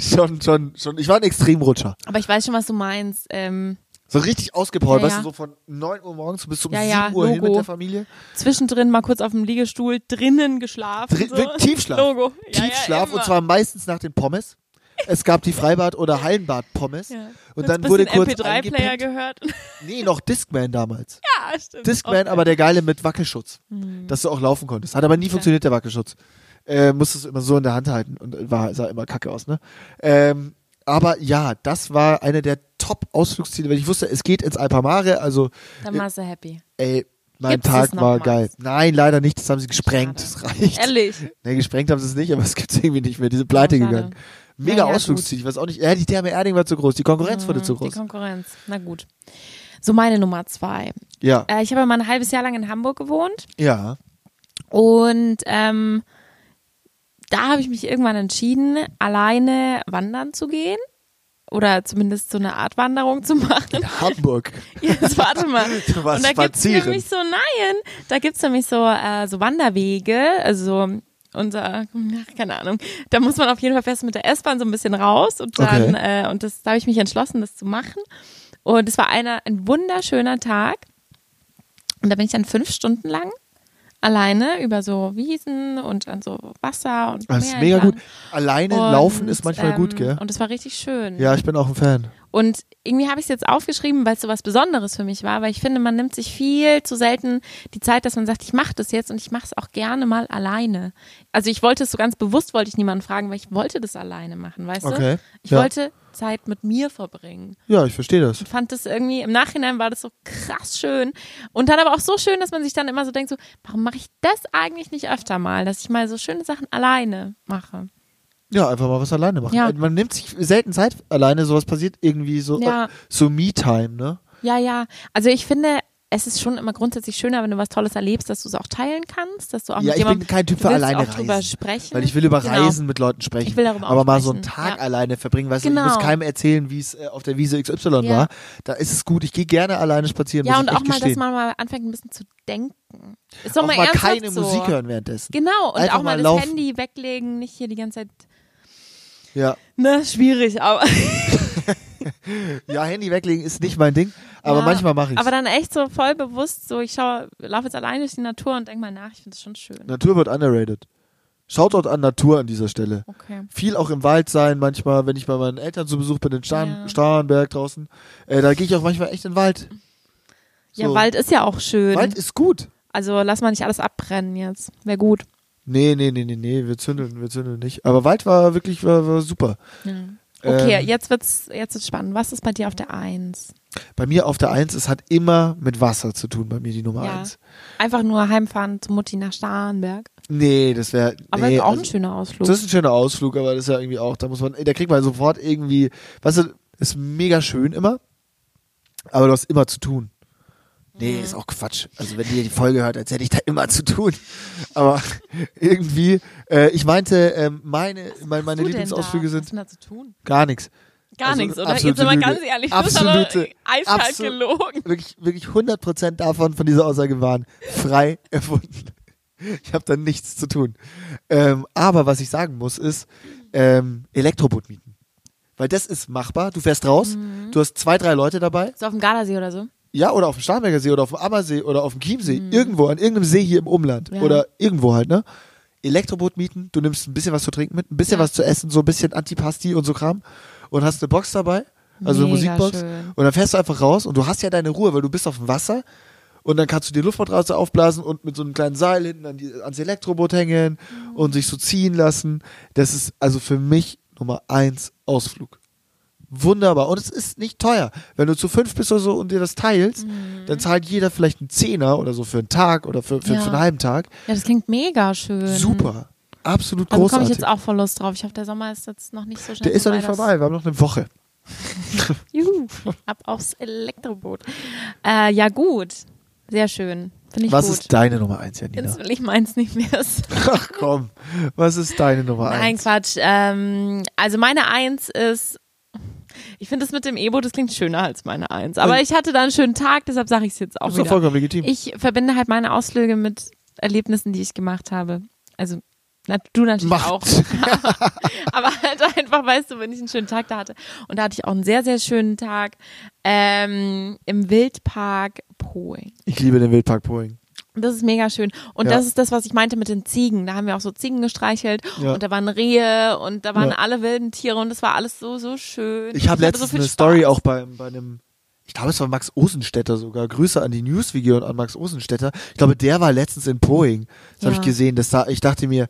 S1: Schon, schon, schon. Ich war ein Extremrutscher.
S2: Aber ich weiß schon, was du meinst. Ähm,
S1: So richtig ausgepowert,
S2: Ja,
S1: weißt
S2: ja.
S1: du, so von 9 Uhr morgens bis um
S2: Ja,
S1: 7
S2: ja,
S1: Uhr hin
S2: Logo.
S1: mit der Familie.
S2: zwischendrin mal kurz auf dem Liegestuhl drinnen geschlafen.
S1: Dr
S2: so.
S1: Tiefschlaf.
S2: Logo. Ja, ja,
S1: Tiefschlaf
S2: immer.
S1: und zwar meistens nach den Pommes. Es gab die Freibad- oder Hallenbad-Pommes.
S2: Ja.
S1: Und
S2: Kurz
S1: dann
S2: bisschen
S1: wurde kurz
S2: MP3-Player
S1: eingepennt.
S2: gehört.
S1: Nee, noch Discman damals.
S2: ja, Hm. stimmt.
S1: Discman,
S2: Auch-
S1: aber der geile mit Wackelschutz, dass du auch laufen konntest. Hat aber nie funktioniert, der Wackelschutz. Äh, musstest du immer so in der Hand halten und war, sah immer kacke aus, ne? Ähm, aber ja, das war eine der Top-Ausflugsziele, weil ich wusste, es geht ins Alpamare, also
S2: Dann warst du happy.
S1: ey, mein
S2: Gibt's
S1: Tag
S2: das noch
S1: war
S2: mal?
S1: geil. Nein, leider nicht, das haben sie gesprengt, das
S2: Schade.
S1: reicht.
S2: Ehrlich.
S1: Ne, gesprengt haben sie es nicht, aber es gibt irgendwie nicht mehr. Diese Pleite
S2: Ja, schade.
S1: gegangen. Mega
S2: Ja, ja,
S1: Ausflugsziel. Ich weiß auch nicht. Ja, die Therme Erding war zu groß. Die Konkurrenz wurde zu
S2: Mhm, Die
S1: groß.
S2: Konkurrenz. Na gut. So meine Nummer zwei.
S1: Ja.
S2: Äh, ich habe ja mal ein halbes Jahr lang in Hamburg gewohnt
S1: Ja.
S2: und ähm, da habe ich mich irgendwann entschieden, alleine wandern zu gehen oder zumindest so eine Art Wanderung zu machen.
S1: Hamburg.
S2: Jetzt warte mal.
S1: Du warst
S2: und da gibt's
S1: spazieren.
S2: nämlich so, nein, da gibt's nämlich so, äh, so Wanderwege, also unser, ach, keine Ahnung, da muss man auf jeden Fall fest mit der S-Bahn so ein bisschen raus und dann, äh, und das, da habe ich mich entschlossen, das zu machen. Und es war einer, ein wunderschöner Tag. Und da bin ich dann fünf Stunden lang alleine über so Wiesen und dann so Wasser und
S1: Das Ah, ist
S2: Meer
S1: mega
S2: entlang.
S1: gut. Alleine
S2: Und,
S1: laufen ist manchmal
S2: ähm,
S1: gut, gell?
S2: Und es war richtig schön.
S1: Ja, ich bin auch ein Fan.
S2: Und irgendwie habe ich es jetzt aufgeschrieben, weil es so was Besonderes für mich war, weil ich finde, man nimmt sich viel zu selten die Zeit, dass man sagt, ich mache das jetzt und ich mache es auch gerne mal alleine. Also ich wollte es so ganz bewusst, wollte ich niemanden fragen, weil ich wollte das alleine machen, weißt
S1: Okay,
S2: du? Ich
S1: ja.
S2: wollte Zeit mit mir verbringen.
S1: Ja, ich verstehe das.
S2: Ich fand das irgendwie, im Nachhinein war das so krass schön. Und dann aber auch so schön, dass man sich dann immer so denkt, so, warum mache ich das eigentlich nicht öfter mal, dass ich mal so schöne Sachen alleine mache.
S1: Ja, einfach mal was alleine machen. Äh,
S2: Ja.
S1: Man nimmt sich selten Zeit alleine. Sowas passiert irgendwie so,
S2: Ja.
S1: äh, so Me-Time, ne?
S2: Ja, ja. Also ich finde, es ist schon immer grundsätzlich schöner, wenn du was Tolles erlebst, dass du es auch teilen kannst, dass du auch
S1: Ja,
S2: mit
S1: ich
S2: jemandem
S1: bin kein Typ
S2: du
S1: für
S2: willst
S1: alleine
S2: auch
S1: reisen.
S2: drüber sprechen.
S1: Weil ich will über
S2: genau.
S1: Reisen mit Leuten sprechen.
S2: Ich will darüber auch
S1: aber mal so einen
S2: sprechen,
S1: Tag
S2: ja.
S1: alleine verbringen, weißt du, ich
S2: Genau.
S1: muss keinem erzählen, wie es äh, auf der Wiese XY
S2: Ja.
S1: war. Da ist es gut. Ich gehe gerne alleine spazieren.
S2: Ja,
S1: muss
S2: und
S1: ich
S2: auch
S1: echt
S2: mal, dass
S1: gestehen.
S2: man mal anfängt, ein bisschen zu denken. Ist doch
S1: auch
S2: mal,
S1: mal
S2: ernsthaft
S1: keine
S2: so.
S1: Musik hören währenddessen.
S2: Genau, und
S1: Einfach
S2: auch
S1: mal
S2: mal das
S1: laufen.
S2: Handy weglegen, nicht hier die ganze Zeit.
S1: Ja.
S2: Ne, schwierig, aber.
S1: ja, Handy weglegen ist nicht mein Ding, aber
S2: Ja,
S1: manchmal mache ich
S2: Aber dann echt so voll bewusst, so ich schaue, laufe jetzt alleine durch die Natur und denke mal nach, ich finde es schon schön.
S1: Natur wird underrated. Shoutout an Natur an dieser Stelle.
S2: Okay.
S1: Viel auch im Wald sein, manchmal, wenn ich bei meinen Eltern zu Besuch bin, in Starn
S2: Ja.
S1: Starnberg draußen, äh, da gehe ich auch manchmal echt in den Wald.
S2: Ja,
S1: So.
S2: Wald ist ja auch schön.
S1: Wald ist gut.
S2: also lass mal nicht alles abbrennen jetzt. Wäre gut.
S1: Nee, nee, nee, nee, nee, wir zündeln, wir zündeln nicht. Aber Wald war wirklich war, war super.
S2: Okay,
S1: Ähm.
S2: jetzt wird's jetzt wird's spannend. Was ist bei dir auf der Eins?
S1: Bei mir auf der Eins, es hat immer mit Wasser zu tun, bei mir die Nummer
S2: Ja.
S1: eins.
S2: Einfach nur heimfahren zu Mutti nach Starnberg.
S1: Nee, das wäre.
S2: Aber
S1: nee,
S2: ist auch
S1: also-
S2: ein schöner Ausflug.
S1: Das ist ein schöner Ausflug, aber das ist ja irgendwie auch, da muss man, da kriegt man sofort irgendwie, weißt du, ist mega schön immer, aber du hast immer zu tun. Nee,
S2: Mhm.
S1: ist auch Quatsch. Also wenn ihr die Folge hört, als hätte ich da immer zu tun. Aber irgendwie, äh, ich meinte, ähm, meine, meine, meine
S2: Was machst du denn
S1: Lieblingsausflüge
S2: da? Was
S1: sind
S2: hast du denn da zu tun?
S1: gar nichts.
S2: Gar
S1: Also,
S2: nichts, oder? Jetzt
S1: absolute
S2: sind wir
S1: Lüge.
S2: ganz ehrlich, das ist
S1: Absolute-
S2: aber eiskalt
S1: absolut-
S2: gelogen.
S1: Wirklich, wirklich 100% davon, von dieser Aussage waren frei erfunden. Ich habe da nichts zu tun. Ähm, aber was ich sagen muss, ist ähm, Elektroboot mieten. Weil das ist machbar. Du fährst raus, du hast zwei, drei Leute dabei.
S2: So auf dem Gardasee oder so.
S1: Ja, oder auf dem Starnberger See oder auf dem Ammersee oder auf dem Chiemsee. Irgendwo, an irgendeinem See hier im Umland.
S2: Mhm. Ja.
S1: Oder irgendwo halt, ne? Elektroboot mieten, du nimmst ein bisschen was zu trinken mit, ein bisschen
S2: Ja.
S1: was zu essen, so ein bisschen Antipasti und so Kram. Und hast eine Box dabei, also eine
S2: Mega
S1: Musikbox.
S2: schön.
S1: Und dann fährst du einfach raus und du hast ja deine Ruhe, weil du bist auf dem Wasser. Und dann kannst du die Luftmatratze aufblasen und mit so einem kleinen Seil hinten an die, ans Elektroboot hängen
S2: Mhm.
S1: und sich so ziehen lassen. Das ist also für mich Nummer eins Ausflug. Wunderbar. Und es ist nicht teuer. Wenn du zu fünf bist oder so und dir das teilst, dann zahlt jeder vielleicht einen Zehner oder so für einen Tag oder für, für,
S2: Mhm. Ja.
S1: für einen halben Tag.
S2: Ja, das klingt mega schön.
S1: Super. Absolut
S2: Also komme
S1: großartig.
S2: ich jetzt auch voll Lust drauf. Ich hoffe, der Sommer ist jetzt noch nicht so schnell
S1: Der ist doch nicht
S2: dass-
S1: vorbei. Wir haben noch eine Woche.
S2: Juhu, ab aufs Elektroboot. Äh, ja, gut. Sehr schön. Finde ich
S1: Was
S2: gut.
S1: ist deine Nummer eins, Janina?
S2: Jetzt will ich meins nicht mehr sagen.
S1: Ach komm. Was ist deine Nummer
S2: Nein,
S1: eins?
S2: Quatsch. Ähm, also meine Eins ist, Ich finde das mit dem Ebo, das klingt schöner als meine Eins. Aber ich hatte da einen schönen Tag, deshalb sage ich es jetzt auch
S1: Das ist doch
S2: wieder.
S1: vollkommen legitim.
S2: Ich verbinde halt meine Ausflüge mit Erlebnissen, die ich gemacht habe. Also na, du natürlich
S1: Macht.
S2: auch. Aber halt einfach, weißt du, wenn ich einen schönen Tag da hatte. Und da hatte ich auch einen sehr, sehr schönen Tag ähm, im Wildpark Poing.
S1: Ich liebe den Wildpark Poing.
S2: Das ist mega schön. Und
S1: Ja.
S2: das ist das, was ich meinte mit den Ziegen. Da haben wir auch so Ziegen gestreichelt
S1: Ja.
S2: und da waren Rehe und da waren
S1: Ja.
S2: alle wilden Tiere und das war alles so, so schön.
S1: Ich habe
S2: hatte
S1: letztens
S2: so viel
S1: eine
S2: Spaß.
S1: Story auch bei, bei einem, ich glaube, es war Max Osenstädter sogar. Grüße an die News-Video und an Max Osenstädter. Ich glaube, der war letztens in Poing. Das habe
S2: Ja.
S1: ich gesehen. Das da, ich dachte mir,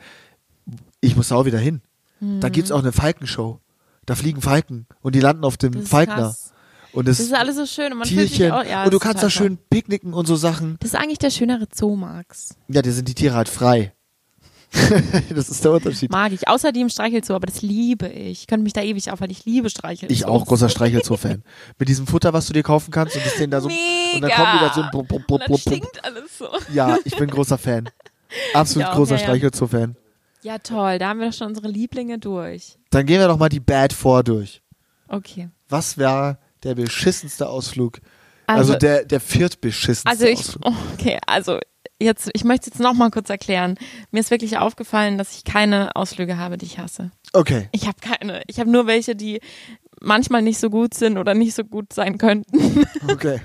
S1: ich muss da auch wieder hin. Da
S2: Mhm.
S1: gibt's auch eine Falkenshow. Da fliegen Falken und die landen auf
S2: Das
S1: dem
S2: ist
S1: Falkner.
S2: krass.
S1: Und das,
S2: Das ist alles so schön und man fühlt sich
S1: Tierchen.
S2: auch, ja,
S1: und du
S2: das ist
S1: kannst da
S2: total toll.
S1: schön picknicken und so Sachen.
S2: Das ist eigentlich der schönere Zoo, Max.
S1: Ja, da sind die Tiere halt frei. das ist der Unterschied.
S2: Mag ich. Außerdem Streichelzoo, aber das liebe ich. Ich könnte mich da ewig aufhalten. Ich liebe Streichelzoo.
S1: Ich auch, großer Streichelzoo-Fan. Mit diesem Futter, was du dir kaufen kannst und das denen da so.
S2: Mega.
S1: Also, Und dann kommen die da so. Brup, brup, brup,
S2: Und dann
S1: brup, brup.
S2: stinkt alles so.
S1: Ja, ich bin großer Fan. Absolut
S2: Ja,
S1: großer
S2: ja, ja.
S1: Streichelzoo-Fan.
S2: Ja, toll. Da haben wir doch schon unsere Lieblinge durch.
S1: Dann gehen wir doch mal die Bad Four durch.
S2: Okay.
S1: Was wäre der beschissenste Ausflug? Also,
S2: Also-
S1: der, der viertbeschissenste
S2: Also ich,
S1: Ausflug.
S2: okay, also jetzt, ich möchte jetzt noch mal kurz erklären. Mir ist wirklich aufgefallen, dass ich keine Ausflüge habe, die ich hasse.
S1: Okay.
S2: Ich habe keine. Ich habe nur welche, die manchmal nicht so gut sind oder nicht so gut sein könnten.
S1: Okay.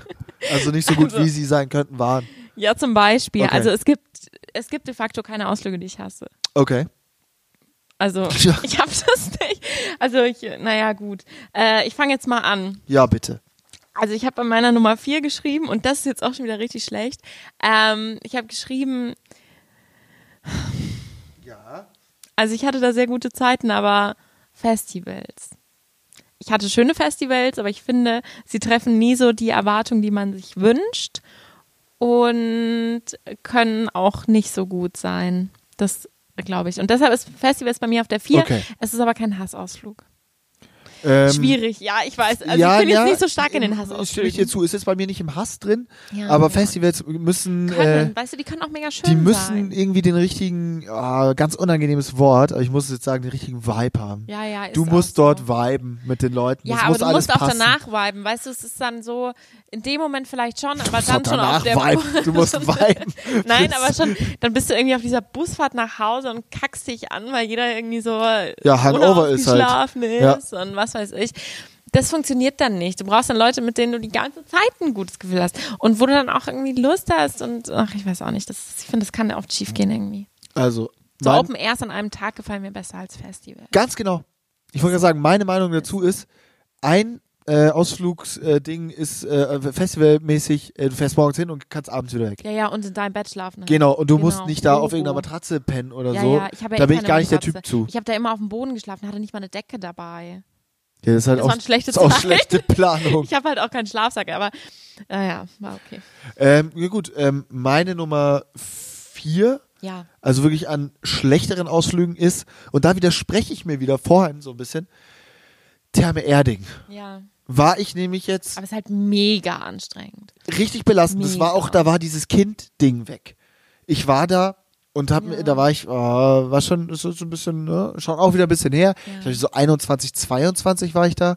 S1: Also nicht so gut,
S2: Also-
S1: wie sie sein könnten, waren.
S2: ja, zum Beispiel.
S1: Okay.
S2: Also es gibt, es gibt de facto keine Ausflüge, die ich hasse.
S1: Okay.
S2: Also
S1: Tja.
S2: ich habe das nicht. Also ich, naja gut. Äh, ich fange jetzt mal an.
S1: Ja, bitte.
S2: Also ich habe bei meiner Nummer vier geschrieben und das ist jetzt auch schon wieder richtig schlecht. Ähm, ich habe geschrieben,
S1: Ja.
S2: Also ich hatte da sehr gute Zeiten, aber Festivals. Ich hatte schöne Festivals, aber ich finde, sie treffen nie so die Erwartung, die man sich wünscht und können auch nicht so gut sein. Das glaube ich. Und deshalb ist Festivals bei mir auf der 4.
S1: Okay.
S2: Es ist aber kein Hassausflug.
S1: Ähm, äh,
S2: Schwierig, ja, ich weiß. Also ich bin jetzt nicht so stark in den
S1: Stimme ich dir
S2: Hassausflügen.
S1: zu, ist jetzt bei mir nicht im Hass drin,
S2: Ja,
S1: aber
S2: ja.
S1: Festivals müssen,
S2: Können,
S1: äh,
S2: weißt du, die können auch mega schön
S1: die
S2: sein.
S1: müssen irgendwie den richtigen, ah, ganz unangenehmes Wort, aber ich muss es jetzt sagen, den richtigen Vibe haben.
S2: Ja, ja, ist
S1: du
S2: auch
S1: musst
S2: so.
S1: dort viben mit den Leuten.
S2: Ja,
S1: das
S2: aber
S1: muss
S2: du
S1: alles
S2: musst auch
S1: passen.
S2: danach viben, weißt du, es ist dann so, in dem Moment vielleicht schon, aber
S1: Du musst
S2: dann
S1: auch
S2: schon
S1: danach
S2: auf der
S1: viben. Du musst viben.
S2: Nein, aber schon, dann bist du irgendwie auf dieser Busfahrt nach Hause und kackst dich an, weil jeder irgendwie so
S1: Ja, Hangover ist halt.
S2: unausgeschlafen
S1: Ja.
S2: ist und was weiß ich. Das funktioniert dann nicht. Du brauchst dann Leute, mit denen du die ganze Zeit ein gutes Gefühl hast und wo du dann auch irgendwie Lust hast und ach, ich weiß auch nicht, das, ich finde, das kann oft schief gehen irgendwie.
S1: Also,
S2: So
S1: mein,
S2: Open Airs an einem Tag gefallen mir besser als Festival.
S1: ganz genau. Ich wollte gerade sagen, meine Meinung dazu ist, ein äh, Ausflugsding äh, Ding ist äh, festivalmäßig, äh, du fährst morgens hin und kannst abends wieder weg.
S2: Ja, ja, und in deinem Bett schlafen. halt.
S1: Genau, und du musst
S2: Genau.
S1: nicht da auf
S2: Oh,
S1: irgendeiner
S2: oh.
S1: Matratze pennen oder
S2: Ja,
S1: so.
S2: ja, ich habe ja
S1: da
S2: eh
S1: bin ich
S2: keine
S1: gar nicht der
S2: Matratze.
S1: Typ zu.
S2: Ich habe da immer auf dem Boden geschlafen, hatte nicht mal eine Decke dabei.
S1: Ja, das ist halt
S2: Das
S1: auch,
S2: waren schlechte
S1: ist auch
S2: Zeiten.
S1: schlechte Planung.
S2: Ich habe halt auch keinen Schlafsack, aber naja, war okay.
S1: ähm, ja gut, ähm, meine Nummer vier,
S2: Ja.
S1: also wirklich an schlechteren Ausflügen ist, und da widerspreche ich mir wieder vorhin so ein bisschen, Therme Erding.
S2: Ja.
S1: War ich nämlich jetzt
S2: Aber es ist halt mega anstrengend.
S1: richtig belastend. Das war
S2: Mega.
S1: auch, da war dieses Kind-Ding weg. Ich war da und hab, mir- da war ich, äh, war schon so, so ein bisschen, ne, schon auch wieder ein bisschen her. Ich glaub, so 21, 22 war ich da.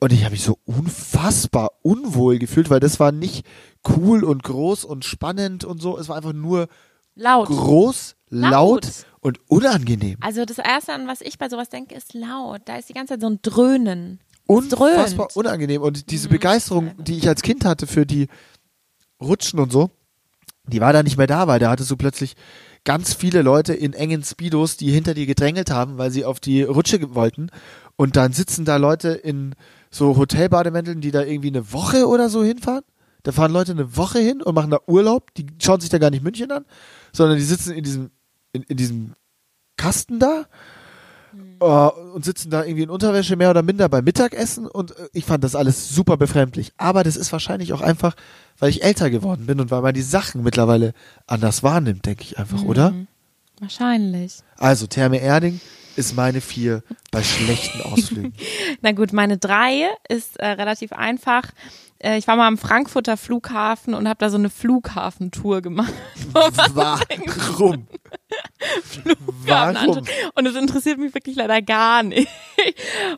S1: Und ich habe mich so unfassbar unwohl gefühlt, weil das war nicht cool und groß und spannend und so. Es war einfach nur
S2: Laut.
S1: groß, laut,
S2: Laut.
S1: und unangenehm.
S2: also das erste, an was ich bei sowas denke, ist laut. Da ist die ganze Zeit so ein Dröhnen. Es
S1: Unfassbar
S2: dröhnt.
S1: unangenehm. Und diese Begeisterung, die ich als Kind hatte für die Rutschen und so, die war da nicht mehr da, weil da hattest du plötzlich ganz viele Leute in engen Speedos, die hinter dir gedrängelt haben, weil sie auf die Rutsche ge- wollten. Und dann sitzen da Leute in so Hotelbademänteln, die da irgendwie eine Woche oder so hinfahren. Da fahren Leute eine Woche hin und machen da Urlaub. Die schauen sich da gar nicht München an, sondern die sitzen in diesem, in, in diesem Kasten da äh, und sitzen da irgendwie in Unterwäsche mehr oder minder beim Mittagessen. Und äh, ich fand das alles super befremdlich. Aber das ist wahrscheinlich auch einfach, weil ich älter geworden bin und weil man die Sachen mittlerweile anders wahrnimmt, denke ich einfach, oder?
S2: Wahrscheinlich.
S1: Also, Therme Erding ist meine vier bei schlechten Ausflügen.
S2: Na gut, meine drei ist äh, relativ einfach. Äh, ich war mal am Frankfurter Flughafen und habe da so eine Flughafentour gemacht.
S1: Warum? Warum?
S2: Und es interessiert mich wirklich leider gar nicht.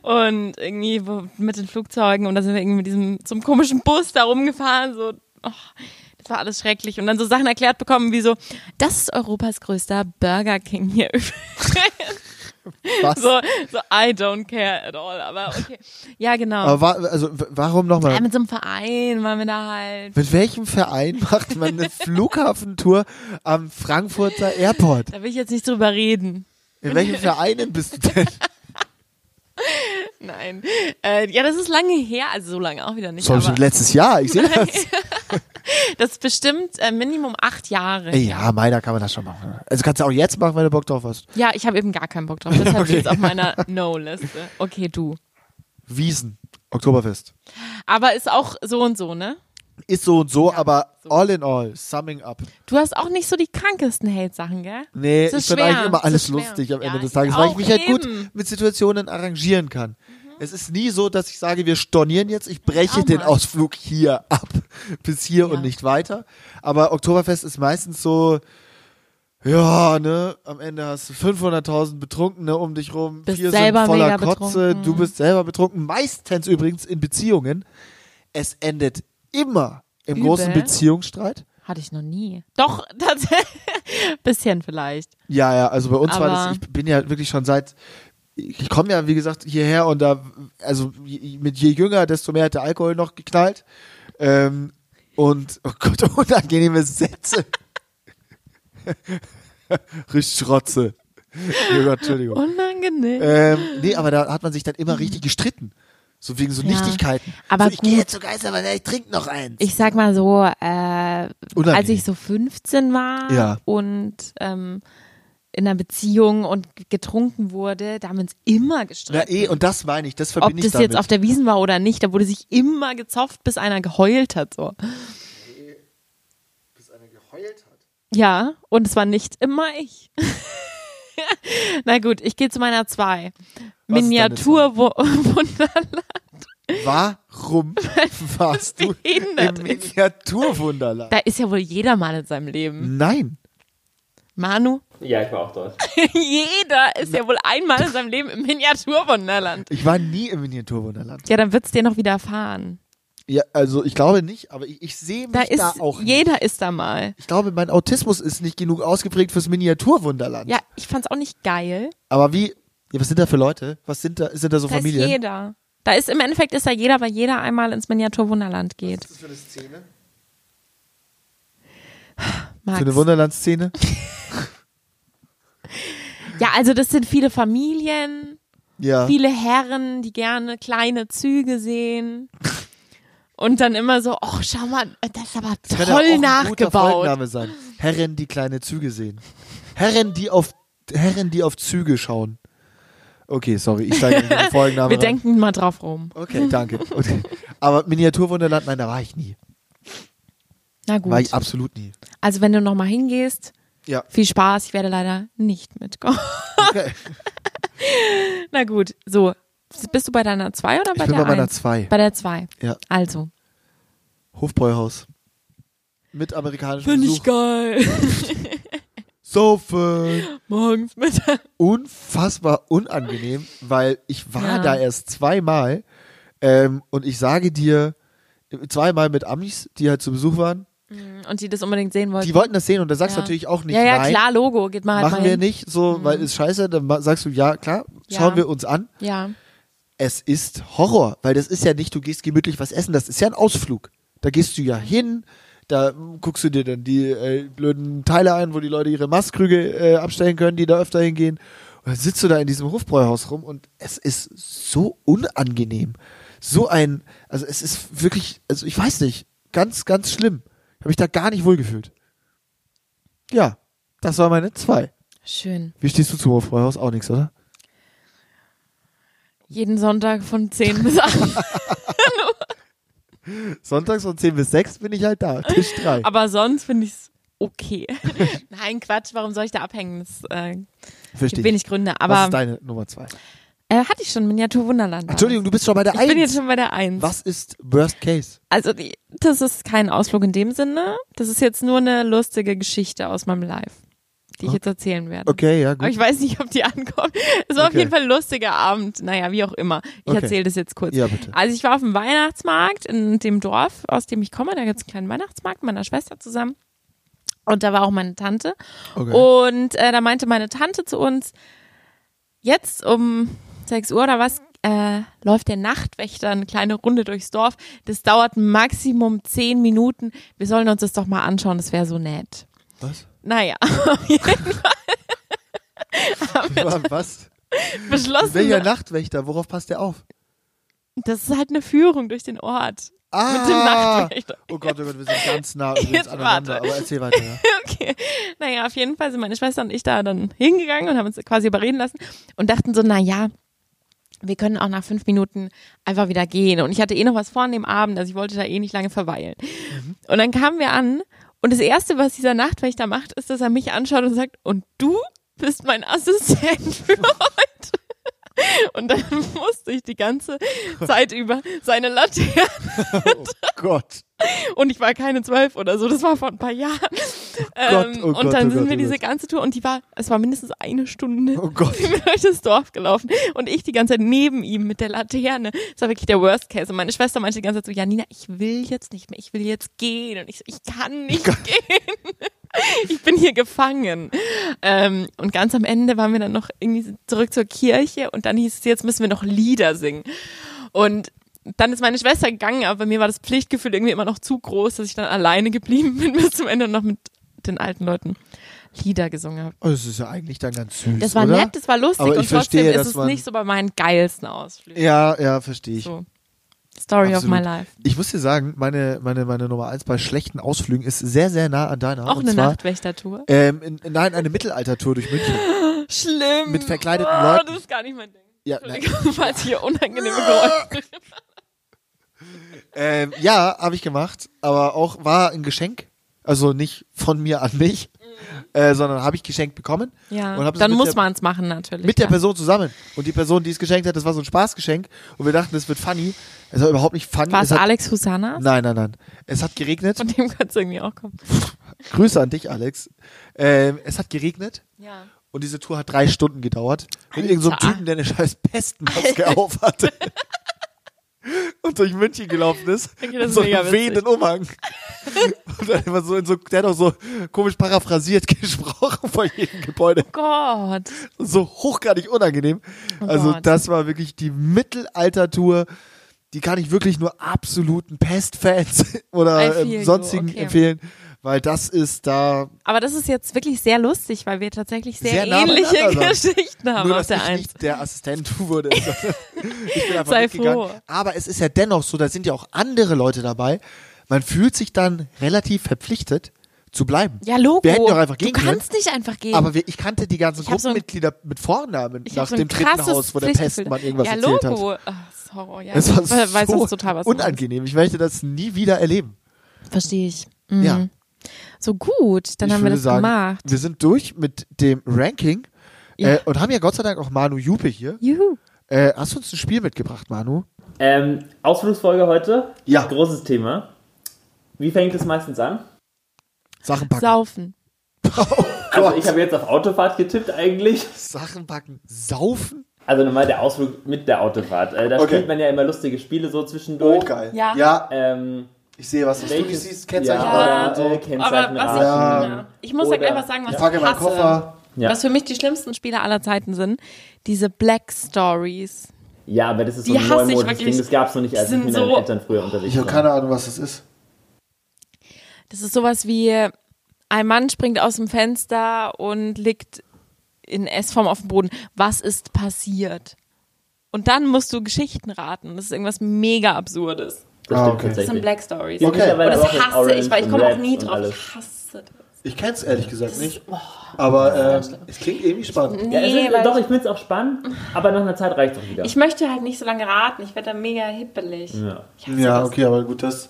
S2: und irgendwie wo- mit den Flugzeugen und da sind wir irgendwie mit diesem zum komischen Bus da rumgefahren so oh, das war alles schrecklich und dann so Sachen erklärt bekommen wie so das ist Europas größter Burger King hier
S1: Was?
S2: so so I don't care at all aber okay ja genau
S1: Aber wa also, w- warum
S2: ja,
S1: nochmal?
S2: mit so einem Verein waren wir da halt
S1: Mit welchem Verein macht man eine Flughafentour am Frankfurter Airport?
S2: da will ich jetzt nicht drüber reden
S1: In welchen Vereinen bist du denn?
S2: nein äh, ja das ist lange her also so lange auch wieder nicht
S1: Das
S2: aber
S1: schon letztes Jahr, ich sehe das.
S2: das ist bestimmt äh, Minimum acht Jahre
S1: Ey, Ja, Mai, da kann man das schon machen. Also kannst du auch jetzt machen, wenn du Bock drauf hast.
S2: Ja, ich habe eben gar keinen Bock drauf. Das habe ich
S1: Okay.
S2: jetzt auf meiner No-Liste. Okay, du.
S1: Wiesen, Oktoberfest.
S2: Aber ist auch so und so, ne?
S1: Ist so und so, aber all in all, summing up.
S2: Du hast auch nicht so die krankesten Hate-Sachen, gell?
S1: Nee,
S2: Es ist
S1: ich finde
S2: schwer,
S1: eigentlich immer
S2: es
S1: alles
S2: ist schwer.
S1: lustig am
S2: Ja,
S1: Ende des
S2: ich
S1: Tages, weil ich
S2: auch,
S1: mich halt
S2: eben.
S1: gut mit Situationen arrangieren kann. Es ist nie so, dass ich sage, wir stornieren jetzt, ich breche
S2: auch
S1: den
S2: mal.
S1: Ausflug hier ab, bis hier und nicht weiter. Aber Oktoberfest ist meistens so, ja, ne, am Ende hast du 500.000 Betrunkene um dich rum,
S2: Bist
S1: vier
S2: selber
S1: sind voller
S2: mega
S1: Kotze,
S2: betrunken.
S1: du bist selber betrunken, meistens übrigens in Beziehungen. Es endet immer im
S2: Übel.
S1: großen Beziehungsstreit.
S2: Hatte ich noch nie. Doch, tatsächlich. Bisschen vielleicht.
S1: Ja, ja, also bei uns war
S2: Aber-
S1: das, ich bin ja wirklich schon seit, ich komme ja, wie gesagt, hierher und da, also je- mit je jünger, desto mehr hat der Alkohol noch geknallt. Ähm, und, oh Gott, unangenehme Sätze. richtig Schrotze. Oh Gott, Entschuldigung.
S2: Unangenehm.
S1: Ähm, nee, aber da hat man sich dann immer richtig gestritten. So wegen so
S2: Ja.
S1: Nichtigkeiten.
S2: Aber
S1: so, ich gehe
S2: gut.
S1: jetzt zur Geister, aber ich trinke noch eins.
S2: Ich sag mal so, äh,
S1: Unangenehm.
S2: als ich so 15 war
S1: Ja.
S2: und ähm, in einer Beziehung und getrunken wurde, da haben wir uns immer
S1: Na
S2: gestritten.
S1: eh, und das meine ich, das
S2: Ob
S1: verbinde ich
S2: das
S1: damit.
S2: jetzt auf der Wiesen war oder nicht, da wurde sich immer gezofft, bis einer geheult hat. So.
S1: Bis einer geheult hat.
S2: Ja, und es war nicht immer ich. Na gut, ich gehe zu meiner zwei.
S1: Was ist deine
S2: Miniaturwunderland.
S1: Warum warst du
S2: behindert
S1: im Miniaturwunderland?
S2: Da ist ja wohl jeder mal in seinem Leben.
S1: Nein.
S2: Manu,
S3: Ja, ich war auch dort.
S2: jeder ist ja wohl einmal in seinem Leben im Miniaturwunderland.
S1: Ich war nie im Miniaturwunderland.
S2: Ja, dann wird's dir noch widerfahren.
S1: Ja, also ich glaube nicht, aber ich, ich sehe mich
S2: Da
S1: da,
S2: ist
S1: auch nicht.
S2: jeder ist da mal.
S1: Ich glaube, mein Autismus ist nicht genug ausgeprägt fürs Miniaturwunderland.
S2: Ja, ich fand's auch nicht geil.
S1: Aber wie, ja, was sind da für Leute? Was sind da, sind da so
S2: Da ist
S1: Familien?
S2: jeder. Da ist im Endeffekt ist da jeder, weil jeder einmal ins Miniaturwunderland geht.
S1: das für eine Szene? Für
S2: Max.
S1: eine Wunderlandszene?
S2: Ja, also das sind viele Familien.
S1: Ja.
S2: viele Herren, die gerne kleine Züge sehen. Und dann immer so, ach, schau mal, das ist aber
S1: Kann ja auch
S2: toll
S1: ein guter
S2: nachgebaut.
S1: Folgenname sein. Herren, die kleine Züge sehen. Herren, die auf, Herren, die auf Züge schauen. Okay, sorry, ich steige in den Folgennamen
S2: Wir
S1: rein.
S2: denken mal drauf rum.
S1: Okay, danke. Okay. Aber Miniaturwunderland, nein, da war ich nie.
S2: Na
S1: War ich
S2: gut.
S1: absolut nie.
S2: Also wenn du nochmal hingehst,
S1: Ja.
S2: viel Spaß, ich werde leider nicht mitkommen. Na gut, so. Bist du bei deiner 2 oder bei
S1: bin
S2: der
S1: bei meiner
S2: eins?
S1: zwei.
S2: Bei der 2.
S1: Ja.
S2: Also.
S1: Hofbräuhaus. Mit amerikanischem
S2: Finde ich
S1: Besuch.
S2: geil.
S1: Saufen.
S2: Morgens mit.
S1: Unfassbar unangenehm, weil ich war
S2: Ja.
S1: da erst zweimal ähm, und ich sage dir, zweimal mit Amis, die halt zu Besuch waren.
S2: Und die das unbedingt sehen wollten.
S1: Die wollten das sehen und da sagst du
S2: Ja.
S1: natürlich auch nicht
S2: ja, ja,
S1: nein.
S2: klar, Logo, geht mal halt
S1: Machen
S2: mal
S1: wir
S2: hin. Mhm.
S1: nicht, so, weil ist scheiße, dann ma- sagst du, ja, klar,
S2: Ja.
S1: schauen wir uns an.
S2: Ja.
S1: es ist Horror, weil das ist ja nicht, du gehst gemütlich was essen, das ist ja ein Ausflug. Da gehst du ja hin, da mm, guckst du dir dann die äh, blöden Teile ein, wo die Leute ihre Mastkrüge äh, abstellen können, die da öfter hingehen. Und dann sitzt du da in diesem Hofbräuhaus rum und es ist so unangenehm. So ein, also es ist wirklich, also ich weiß nicht, ganz, ganz schlimm. Ich habe mich da gar nicht wohlgefühlt. Ja, das war meine zwei.
S2: Schön.
S1: Wie stehst du zum Hofbräuhaus? Auch nichts, oder?
S2: Jeden Sonntag von 10 bis 8.
S1: Sonntags von 10 bis 6 bin ich halt da, Tisch 3.
S2: Aber sonst finde ich es okay. Nein, Quatsch, warum soll ich da abhängen? Es äh,
S1: Verstehe
S2: gibt
S1: ich.
S2: wenig Gründe.
S1: Was ist
S2: Aber
S1: deine Nummer zwei?
S2: äh, hatte ich schon Miniatur Wunderland.
S1: Entschuldigung, du bist schon bei der
S2: Ich bin jetzt
S1: Eins.
S2: schon bei der Eins.
S1: Was ist Worst Case?
S2: Also, die, das ist kein Ausflug in dem Sinne. Das ist jetzt nur eine lustige Geschichte aus meinem Live. die ich jetzt erzählen werde.
S1: Okay, ja,
S2: Aber
S1: gut.
S2: ich weiß nicht, ob die ankommt. Es war auf
S1: Okay.
S2: jeden Fall ein lustiger Abend. Naja, wie auch immer. Ich
S1: Okay.
S2: erzähle das jetzt kurz.
S1: Ja, bitte.
S2: Also ich war auf dem Weihnachtsmarkt in dem Dorf, aus dem ich komme. Da gibt es einen kleinen Weihnachtsmarkt mit meiner Schwester zusammen. Und da war auch meine Tante.
S1: Okay.
S2: Und äh, da meinte meine Tante zu uns, jetzt um 6 Uhr oder was, äh, läuft der Nachtwächter eine kleine Runde durchs Dorf. Das dauert Maximum 10 Minuten. Wir sollen uns das doch mal anschauen, das wäre so nett.
S1: Was?
S2: Naja,
S1: Was?
S2: beschlossen. ne?
S1: Welcher Nachtwächter? Worauf passt der auf?
S2: Das ist halt eine Führung durch den Ort.
S1: Ah!
S2: Mit dem Nachtwächter.
S1: Oh Gott, oh Gott, wir sind ganz nah übrigens
S2: Jetzt
S1: aneinander.
S2: warte.
S1: Aber erzähl weiter. Ja.
S2: Okay. Naja, auf jeden Fall sind meine Schwester und ich da dann hingegangen und haben uns quasi überreden lassen und dachten so, na ja, wir können auch nach fünf Minuten einfach wieder gehen. Und ich hatte eh noch was vor an dem Abend, also ich wollte da eh nicht lange verweilen. Und dann kamen wir an und das Erste, was dieser Nachtwächter macht, ist, dass er mich anschaut und sagt, und du bist mein Assistent für heute. Und dann musste ich die ganze Zeit über seine Laterne
S1: Oh Gott.
S2: und ich war keine zwölf oder so, das war vor ein paar Jahren.
S1: Gott,
S2: ähm,
S1: oh Gott,
S2: und dann
S1: oh
S2: sind
S1: Gott,
S2: wir
S1: oh
S2: diese
S1: Gott.
S2: ganze Tour und die war, es war mindestens eine Stunde.
S1: Oh Gott.
S2: Sind wir durch das Dorf gelaufen und ich die ganze Zeit neben ihm mit der Laterne. Das war wirklich der Worst Case. Und meine Schwester meinte die ganze Zeit so, ja Nina, ich will jetzt nicht mehr, ich will jetzt gehen. Und ich so, ich kann nicht gehen. Ich bin hier gefangen. Ähm, und ganz am Ende waren wir dann noch irgendwie zurück zur Kirche und dann hieß es, jetzt müssen wir noch Lieder singen. Und dann ist meine Schwester gegangen, aber bei mir war das Pflichtgefühl irgendwie immer noch zu groß, dass ich dann alleine geblieben bin bis zum Ende und noch mit den alten Leuten Lieder gesungen habe.
S1: Oh, das ist ja eigentlich dann ganz süß.
S2: Das war
S1: oder?
S2: nett, das war lustig
S1: Aber
S2: und
S1: ich verstehe,
S2: trotzdem
S1: dass
S2: ist es
S1: man-
S2: nicht so bei meinen geilsten Ausflügen.
S1: Ja, ja, verstehe ich.
S2: So. Story
S1: Absolut.
S2: of my life.
S1: Ich muss dir sagen, meine, meine, meine Nummer eins bei schlechten Ausflügen ist sehr, sehr nah an deiner.
S2: Auch
S1: und
S2: eine
S1: zwar,
S2: Nachtwächtertour.
S1: Ähm, in, nein, eine Mittelaltertour durch München.
S2: Schlimm.
S1: mit verkleideten
S2: oh,
S1: Leuten.
S2: Das ist gar nicht mein Ding.
S1: Ja,
S2: Entschuldigung, falls hier unangenehme Geräusche.
S1: Ähm, ja, habe ich gemacht, aber auch war ein Geschenk. Also nicht von mir an mich, äh, sondern habe ich geschenkt bekommen.
S2: Mhm. Ja,
S1: und hab das
S2: dann
S1: mit
S2: muss
S1: der,
S2: man es machen natürlich.
S1: Mit der
S2: klar.
S1: Person zusammen. Und die Person, die es geschenkt hat, das war so ein Spaßgeschenk. Und wir dachten, das wird funny. Es war überhaupt nicht funny.
S2: War
S1: es
S2: es
S1: hat,
S2: Alex Husana?
S1: halt Nein, nein, nein. Es hat geregnet.
S2: Von dem könnte es irgendwie auch kommen.
S1: Grüße an dich, Alex. Ähm, es hat geregnet.
S2: Ja.
S1: Und diese Tour hat drei Stunden gedauert. Mit irgendeinem
S2: Alter.
S1: Typen, der eine scheiß Pestenmaske auf hatte. und durch München gelaufen ist.
S2: Okay, das
S1: in
S2: ist
S1: so
S2: mega
S1: einem
S2: witzig.
S1: wehenden Umhang. und dann immer so in so, der hat auch so komisch paraphrasiert gesprochen vor jedem Gebäude.
S2: Gott.
S1: So hochgradig unangenehm. also
S2: Oh Gott.
S1: das war wirklich die Mittelalter-Tour. Die kann ich wirklich nur absoluten Pest-Fans
S2: I
S1: oder
S2: feel
S1: ähm,
S2: you,
S1: sonstigen
S2: okay.
S1: empfehlen. Weil das ist da,
S2: Aber das ist jetzt wirklich sehr lustig, weil wir tatsächlich sehr,
S1: Sehr nah
S2: ähnliche
S1: beieinander sind.
S2: Geschichten haben
S1: Nur,
S2: auf
S1: dass
S2: der
S1: ich
S2: Eins.
S1: nicht der Assistent wurde. sondern ich bin einfach
S2: Sei
S1: mitgegangen.
S2: froh.
S1: Aber es ist ja dennoch so, da sind ja auch andere Leute dabei. Man fühlt sich dann relativ verpflichtet zu bleiben.
S2: Ja, Logo.
S1: Wir hätten doch einfach
S2: du
S1: gehen können.
S2: kannst nicht einfach gehen.
S1: Aber wir, ich kannte die ganzen
S2: Ich hab so ein-
S1: Gruppenmitglieder mit Vornamen
S2: ich
S1: nach
S2: hab so
S1: dem
S2: ein krasses
S1: Treppenhaus, wo der
S2: Pflichtgefühl.
S1: Pestmann irgendwas
S2: ja,
S1: erzählt hat.
S2: Logo. Ach, sorry, ja.
S1: Es war
S2: ich weiß
S1: so
S2: das total, was du
S1: unangenehm. Ich möchte das nie wieder erleben.
S2: meinst. Verstehe ich. Mhm.
S1: Ja.
S2: So gut, dann
S1: ich
S2: haben wir
S1: würde
S2: das
S1: sagen,
S2: gemacht.
S1: wir sind durch mit dem Ranking
S2: Ja.
S1: äh, und haben ja Gott sei Dank auch Manu Jupe hier.
S2: Juhu.
S1: Äh, hast du uns ein Spiel mitgebracht, Manu?
S3: Ähm, Ausflugsfolge heute.
S1: Ja.
S3: Großes Thema. Wie fängt es meistens an?
S1: Sachen packen.
S2: Saufen.
S3: Also ich habe jetzt auf Autofahrt getippt eigentlich.
S1: Sachen packen. Saufen?
S3: Also normal der Ausflug mit der Autofahrt. Äh, da
S1: Okay. Oh,
S3: spielt man ja immer lustige Spiele so zwischendurch.
S2: Ja.
S3: Ähm,
S1: ich sehe was. Was
S3: du nicht siehst, Kennzeichen
S2: Ja.
S1: Radar
S3: äh,
S1: und
S2: Aber
S3: Kennzeichen
S2: was ich,
S1: Ja.
S2: ja. ich muss da
S3: Oder-
S2: gleich was sagen, was
S1: Ich
S2: ich
S1: packe meinen
S2: hasse.
S1: Koffer.
S3: Ja.
S2: Was für mich die schlimmsten Spiele aller Zeiten sind, diese Black Stories.
S3: ja, aber das ist so
S2: Die
S3: ein
S2: hasse ich
S3: neumodisches
S2: wirklich.
S3: Ding. Das gab es noch nicht, als
S2: Die
S3: ich mit
S2: sind
S3: meinen
S2: so-
S3: Eltern früher unterwegs
S1: Ich habe
S3: war.
S1: keine Ahnung, was das ist.
S2: Das ist sowas wie ein Mann springt aus dem Fenster und liegt in S-Form auf dem Boden. Was ist passiert? Und dann musst du Geschichten raten. Das ist irgendwas mega absurdes.
S3: Das
S1: Ah, okay.
S3: stimmt
S2: Das sind
S3: tatsächlich.
S2: Black Stories.
S1: Okay.
S2: Und
S3: Mittlerweile
S2: das
S3: auch in
S2: hasse ich, weil ich
S3: Orange
S2: komme
S3: und
S2: auch nie
S3: Reds und
S2: drauf.
S3: alles.
S2: Ich hasse das. oh.
S1: Ich kenne es ehrlich gesagt nicht. Aber ähm, es klingt irgendwie spannend.
S2: Nee,
S3: Ja, es ist, äh,
S2: weil
S3: doch, ich finde es auch spannend, aber nach einer Zeit reicht es auch wieder.
S2: ich, ich möchte halt nicht so lange raten. Ich werde da mega hippelig.
S3: ja.
S2: Ich hasse
S1: Ja,
S2: das.
S1: okay, aber gut, das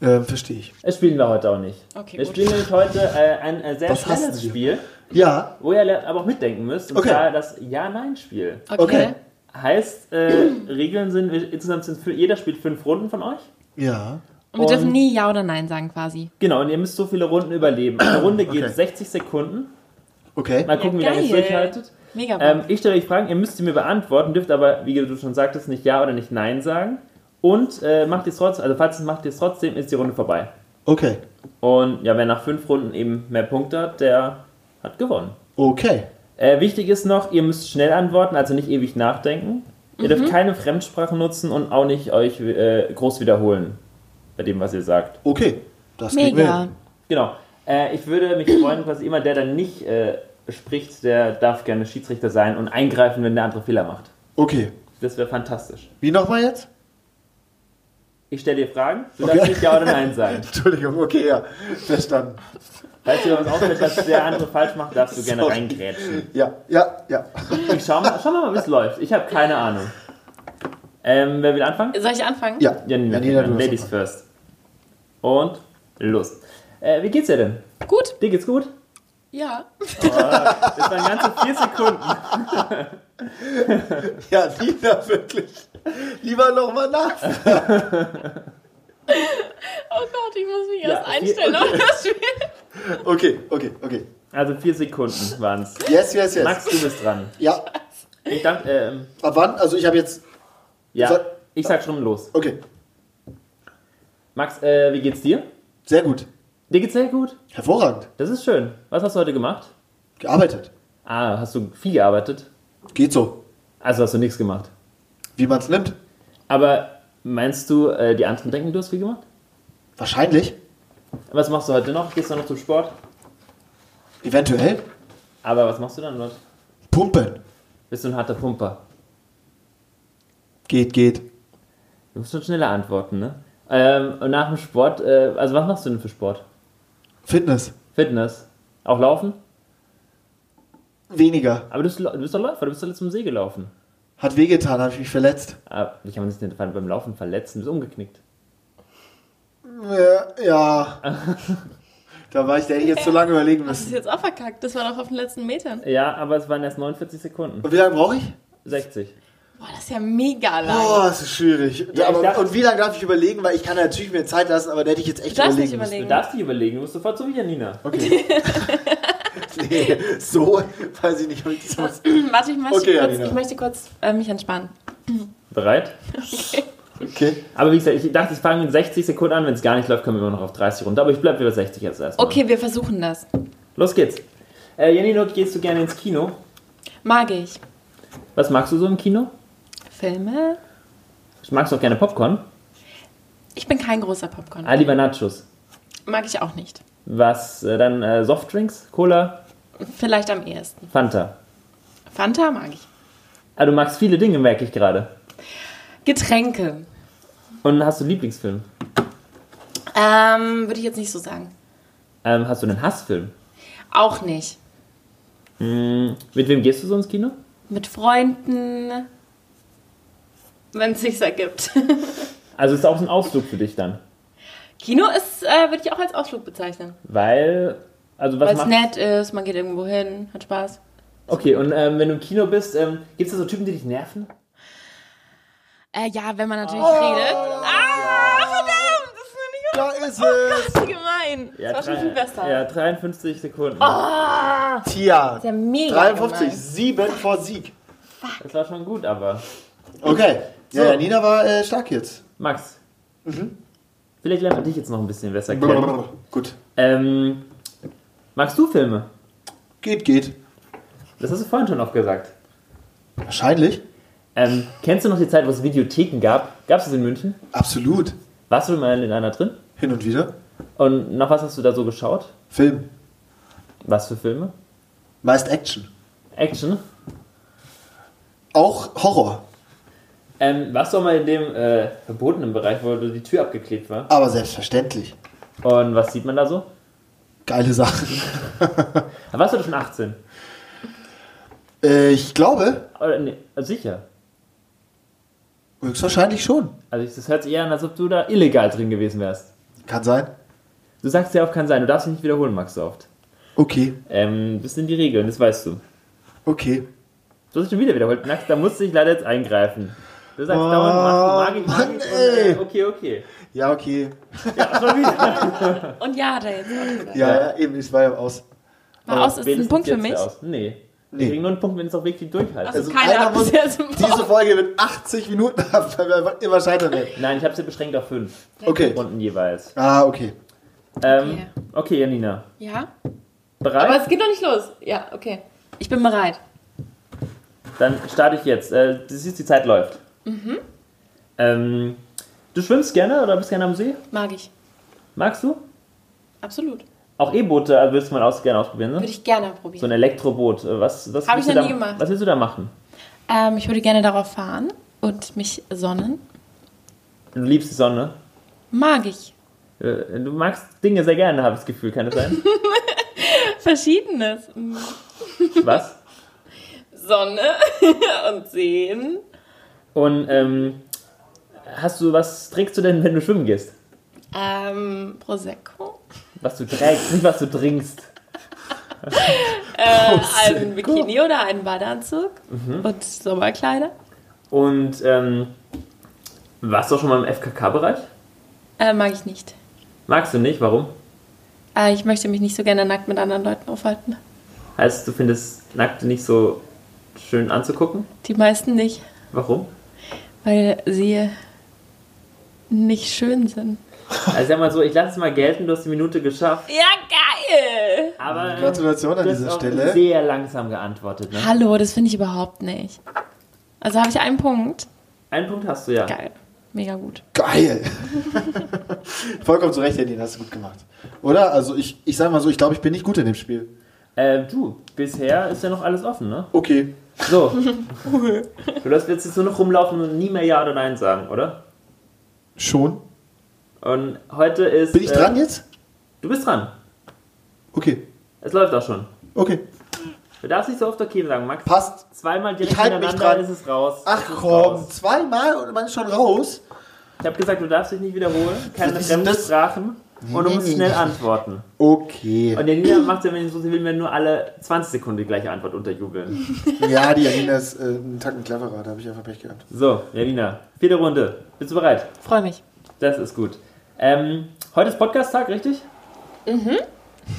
S1: ähm, verstehe ich.
S3: Das spielen wir heute auch nicht.
S2: Okay,
S3: wir
S2: gut.
S3: spielen nämlich heute äh, ein, ein sehr
S1: Was hassen
S3: schnelles
S1: wir?
S3: Spiel,
S1: Ja,
S3: wo ihr aber auch mitdenken müsst. Und
S1: Okay.
S3: zwar das Ja-Nein-Spiel.
S1: Okay.
S2: okay.
S3: Heißt, äh, Regeln sind, insgesamt sind fün- jeder spielt fünf Runden von euch.
S1: ja.
S2: Und wir dürfen
S3: Und-
S2: nie Ja oder Nein sagen quasi.
S3: Genau, und ihr müsst so viele Runden überleben. Eine Runde geht
S1: Okay.
S3: 60 Sekunden
S1: Okay.
S3: Mal gucken, wie lange es
S2: geil.
S3: durchhaltet.
S2: Mega
S3: Ähm, ich stelle euch Fragen, ihr müsst sie mir beantworten, dürft aber, wie du schon sagtest, nicht Ja oder nicht Nein sagen. Und äh, macht ihr es trotzdem, also falls ihr es macht ihr es trotzdem, ist die Runde vorbei.
S1: Okay.
S3: Und ja, wer nach fünf Runden eben mehr Punkte hat, der hat gewonnen.
S1: Okay.
S3: Äh, wichtig ist noch, ihr müsst schnell antworten, also nicht ewig nachdenken. Ihr
S1: Mhm.
S3: dürft keine Fremdsprache nutzen und auch nicht euch äh, groß wiederholen bei dem, was ihr sagt.
S1: Okay. Das kriegen wir
S2: Mega.
S1: hin.
S3: Genau. Äh, ich würde mich freuen, quasi immer der, der nicht äh, spricht, der darf gerne Schiedsrichter sein und eingreifen, wenn der andere Fehler macht.
S1: Okay.
S3: Das wäre fantastisch.
S1: Wie nochmal jetzt?
S3: Ich stelle dir Fragen, du darfst
S1: Okay.
S3: nicht Ja oder Nein sagen.
S1: Entschuldigung, okay, ja. Verstanden.
S3: Falls dir was auffällt, was der andere falsch macht, darfst du gerne
S1: Sorry.
S3: reingrätschen.
S1: Ja, ja, ja.
S3: Ich schau mal, schau mal, wie es läuft. Ich habe keine Ahnung. Ähm, wer will anfangen?
S2: Soll ich anfangen?
S1: Ja,
S3: Janina,
S1: Janina, du hast
S3: Ladies first. Und los. Äh, wie geht's dir denn?
S2: Gut.
S3: Dir geht's gut?
S2: Ja.
S3: Das waren ganze vier Sekunden.
S1: angefangen. Ja, Nina, wirklich. Lieber nochmal nach.
S2: Oh Gott, ich muss mich
S3: Ja,
S2: erst einstellen
S3: okay.
S2: auf das Spiel.
S1: Okay, okay, okay.
S3: Also vier Sekunden waren's.
S1: Yes, yes, yes.
S3: Max, du bist dran.
S1: Ja.
S3: Ich danke, ähm,
S1: Ab wann? Also ich habe jetzt.
S3: ja,
S1: Soll-
S3: ich sag schon los.
S1: Okay.
S3: Max, äh, wie geht's dir?
S1: Sehr gut.
S3: Dir geht's sehr gut.
S1: Hervorragend.
S3: Das ist schön. Was hast du heute gemacht?
S1: Gearbeitet.
S3: Ah, hast du viel gearbeitet?
S1: Geht so.
S3: Also hast du nichts gemacht.
S1: Wie man es nimmt.
S3: Aber meinst du, äh, die anderen denken, du hast viel gemacht?
S1: Wahrscheinlich.
S3: Was machst du heute noch? Gehst du noch zum Sport?
S1: Eventuell.
S3: Aber was machst du dann dort?
S1: Pumpen.
S3: Bist du ein harter Pumper?
S1: Geht, geht.
S3: Du musst schon schneller antworten, ne? Ähm, und nach dem Sport, äh, also was machst du denn für Sport?
S1: Fitness.
S3: Fitness. Auch laufen?
S1: Weniger.
S3: Aber du bist, du bist doch Läufer, du bist doch letztens zum See gelaufen.
S1: Hat wehgetan, habe ich mich verletzt.
S3: Ah, ich kann man sich nicht beim Laufen verletzen, du bist umgeknickt.
S1: Äh, ja. da war ich, da hätte ich jetzt zu lange überlegen
S2: Das ist
S1: müssen.
S2: jetzt auch verkackt. Das war noch auf den letzten Metern.
S3: Ja, aber es waren erst 49 Sekunden.
S1: Und wie lange brauche ich?
S3: 60.
S2: Boah, das ist ja mega lang.
S1: Oh, das ist schwierig.
S3: Ja, ich
S1: aber,
S3: dachte-
S1: und wie lange darf ich überlegen? Weil ich kann ja natürlich mir Zeit lassen, aber da hätte ich jetzt echt
S2: Du darfst
S1: überlegen
S2: nicht
S1: müssen.
S3: Du
S2: überlegen.
S3: darfst nicht überlegen, du musst sofort so wie Janina.
S1: Nee, so weiß ich nicht, ob ich das muss.
S2: Warte, ich möchte,
S1: Okay,
S2: kurz,
S1: Alina.
S2: ich möchte kurz äh, mich entspannen.
S3: Bereit?
S1: Okay.
S3: Aber wie gesagt, ich dachte, ich fange in 60 Sekunden an. Wenn es gar nicht läuft, können wir immer noch auf 30 runter. Aber ich bleibe über 60 jetzt erstmal.
S2: Okay, wir versuchen das.
S3: Los geht's. Äh, Janina, gehst du gerne ins Kino?
S2: Mag ich.
S3: Was magst du so im Kino?
S2: Filme?
S3: Magst du auch gerne Popcorn?
S2: Ich bin kein großer Popcorn.
S3: Ah, lieber Nachos.
S2: Mag ich auch nicht.
S3: Was äh, dann äh, Softdrinks? Cola?
S2: Vielleicht am ehesten.
S3: Fanta?
S2: Fanta mag ich.
S3: Ah, du magst viele Dinge, merke ich gerade.
S2: Getränke.
S3: Und hast du einen Lieblingsfilm?
S2: Ähm, würde ich jetzt nicht so sagen.
S3: Ähm, hast du einen Hassfilm?
S2: Auch nicht.
S3: Hm, mit wem gehst du so ins Kino?
S2: Mit Freunden, wenn es sich ergibt.
S3: Also ist auch ein Ausflug für dich dann.
S2: Kino ist, äh, würde ich auch als Ausflug bezeichnen.
S3: Weil, also was
S2: Weil es
S3: macht...
S2: nett ist, man geht irgendwo hin, hat Spaß.
S3: Okay, und ähm, wenn du im Kino bist, ähm, gibt es da so Typen, die dich nerven?
S2: Äh, ja, wenn man natürlich
S3: Oh,
S2: redet. Ah, verdammt, das ist mir nicht
S1: Da ist es.
S2: Gott, wie gemein. das war schon viel
S3: drei-
S2: besser. Ah!
S3: Ja, 53 Sekunden.
S1: Tia.
S2: Das ist ja mega
S1: 53,
S2: gemein.
S1: 7 vor Sieg.
S3: Das war schon gut, aber...
S1: Okay. Ja, ja, Nina war äh, stark jetzt.
S3: Max, vielleicht lernen wir dich jetzt noch ein bisschen besser kennen.
S1: Blablabla. Gut.
S3: Ähm, magst du Filme?
S1: Geht, geht.
S3: Das hast du vorhin schon oft gesagt.
S1: Wahrscheinlich.
S3: Ähm, kennst du noch die Zeit, wo es Videotheken gab? Gab es das in München?
S1: Absolut.
S3: Warst du mal in einer drin?
S1: Hin und wieder.
S3: Und nach was hast du da so geschaut?
S1: Film.
S3: Was für Filme?
S1: Meist Action.
S3: Action?
S1: Auch Horror.
S3: Ähm, warst du auch mal in dem äh, verbotenen Bereich, wo die Tür abgeklebt war?
S1: Aber selbstverständlich.
S3: Und was sieht man da so?
S1: Geile Sachen.
S3: Da warst du doch schon 18?
S1: Äh, ich glaube,
S3: Oder, nee, sicher.
S1: höchstwahrscheinlich schon.
S3: Also ich- das hört sich eher an, als ob du da illegal drin gewesen wärst.
S1: Kann sein.
S3: Du sagst ja oft, kann sein, du darfst dich nicht wiederholen, Max, so oft.
S1: Okay,
S3: Ähm, das sind die Regeln, das weißt du.
S1: okay.
S3: Du hast dich schon wieder wiederholt, Max, da musste ich leider jetzt eingreifen. Du sagst dauernd, mag ich, mag ich, mag
S1: Mann,
S3: ich.
S1: ey.
S3: Und, äh, okay, okay.
S1: Ja, okay.
S3: Schon wieder.
S2: Und ja, hat er jetzt auch gesagt.
S1: Ja, ja, eben, ich war ja aus.
S2: War aus, ist ein
S3: wenigstens
S2: Punkt für
S3: jetzt
S2: mich.
S3: Aus. Nee. Wir
S1: Nee.
S3: kriegen nur einen Punkt, wenn es auch wirklich durchhalten.
S2: Also
S1: Also
S2: keiner
S1: einer
S2: hat
S1: muss
S2: bisher so einen
S1: Diese Folge wird 80 Minuten haben, weil wir einfach immer scheitern werden.
S3: Nein, ich habe sie beschränkt auf fünf
S1: Okay.
S3: Runden jeweils.
S1: Ah, okay.
S3: Ähm, okay, Janina.
S2: Ja? Aber
S3: Bereit?
S2: es geht noch nicht los. Ja, okay. Ich bin bereit.
S3: Dann starte ich jetzt. Äh, du siehst, die Zeit läuft.
S2: Mhm.
S3: Ähm, du schwimmst gerne oder bist gerne am See?
S2: Mag ich.
S3: Magst du?
S2: Absolut.
S3: Auch E-Boote äh, würdest du mal aus, gerne ausprobieren, ne?
S2: Würde ich gerne
S3: So
S2: probieren.
S3: ein Elektroboot. äh, Was, was
S2: Hab
S3: willst
S2: ich
S3: du
S2: noch
S3: da,
S2: nie gemacht.
S3: Was willst du da machen?
S2: ähm, ich würde gerne darauf fahren und mich sonnen.
S3: Du liebst die Sonne.
S2: Mag ich.
S3: Äh, Du magst Dinge sehr gerne, habe ich das Gefühl, kann das sein?
S2: Verschiedenes.
S3: Was?
S2: Sonne und Seen.
S3: Und ähm, hast du, was trägst du denn, wenn du schwimmen gehst?
S2: Ähm, Prosecco.
S3: Was du trägst, nicht was du trinkst.
S2: Äh, ein Bikini oder einen Badeanzug und Sommerkleider.
S3: Und ähm, warst du auch schon mal im FKK-Bereich?
S2: Äh, mag ich nicht.
S3: Magst du nicht? Warum?
S2: Äh, ich möchte mich nicht so gerne nackt mit anderen Leuten aufhalten.
S3: Heißt, du findest Nackte nicht so schön anzugucken?
S2: Die meisten nicht,
S3: Warum?
S2: weil sie nicht schön sind.
S3: Also sag mal so, ich lasse es mal gelten, du hast die Minute geschafft.
S2: Ja, geil!
S3: Aber äh,
S1: Gratulation an
S3: du hast
S1: dieser
S3: auch
S1: Stelle.
S3: sehr langsam geantwortet. Ne?
S2: Hallo, das finde ich überhaupt nicht. Also habe ich einen Punkt.
S3: Einen Punkt hast du ja.
S2: Geil. Mega gut.
S1: Geil! Vollkommen zu Recht, Janine, hast du gut gemacht. Oder? Also ich, ich sag mal so, ich glaube, ich bin nicht gut in dem Spiel.
S3: Äh, du, bisher ist ja noch alles offen, ne?
S1: Okay.
S3: So. du lässt jetzt nur noch rumlaufen und nie mehr Ja oder Nein sagen, oder?
S1: Schon?
S3: Und heute ist.
S1: Bin ich
S3: äh,
S1: dran jetzt?
S3: Du bist dran.
S1: Okay.
S3: Es läuft auch schon.
S1: Okay.
S3: Du darfst nicht so oft okay sagen, Max.
S1: Passt.
S3: Zweimal direkt
S1: Ich halt mich
S3: hintereinander
S1: dran.
S3: ist es raus.
S1: Ach
S3: Es ist
S1: komm,
S3: raus.
S1: zweimal und man ist schon raus.
S3: Ich habe gesagt, du darfst dich nicht wiederholen, keine
S1: Was ist denn
S3: fremden
S1: das?
S3: Sprachen und du
S1: nee,
S3: musst
S1: nee.
S3: schnell antworten.
S1: Okay.
S3: Und der Nina macht ja, wenn ich so sie will, mir nur alle 20 Sekunden die gleiche Antwort unterjubeln.
S1: Ja, die Janina ist äh, einen Tacken cleverer, da habe ich einfach Pech gehabt.
S3: So, Janina, vierte Runde. Bist du bereit?
S2: Freue mich.
S3: Das ist gut. Ähm, heute ist Podcast-Tag, richtig? Mhm.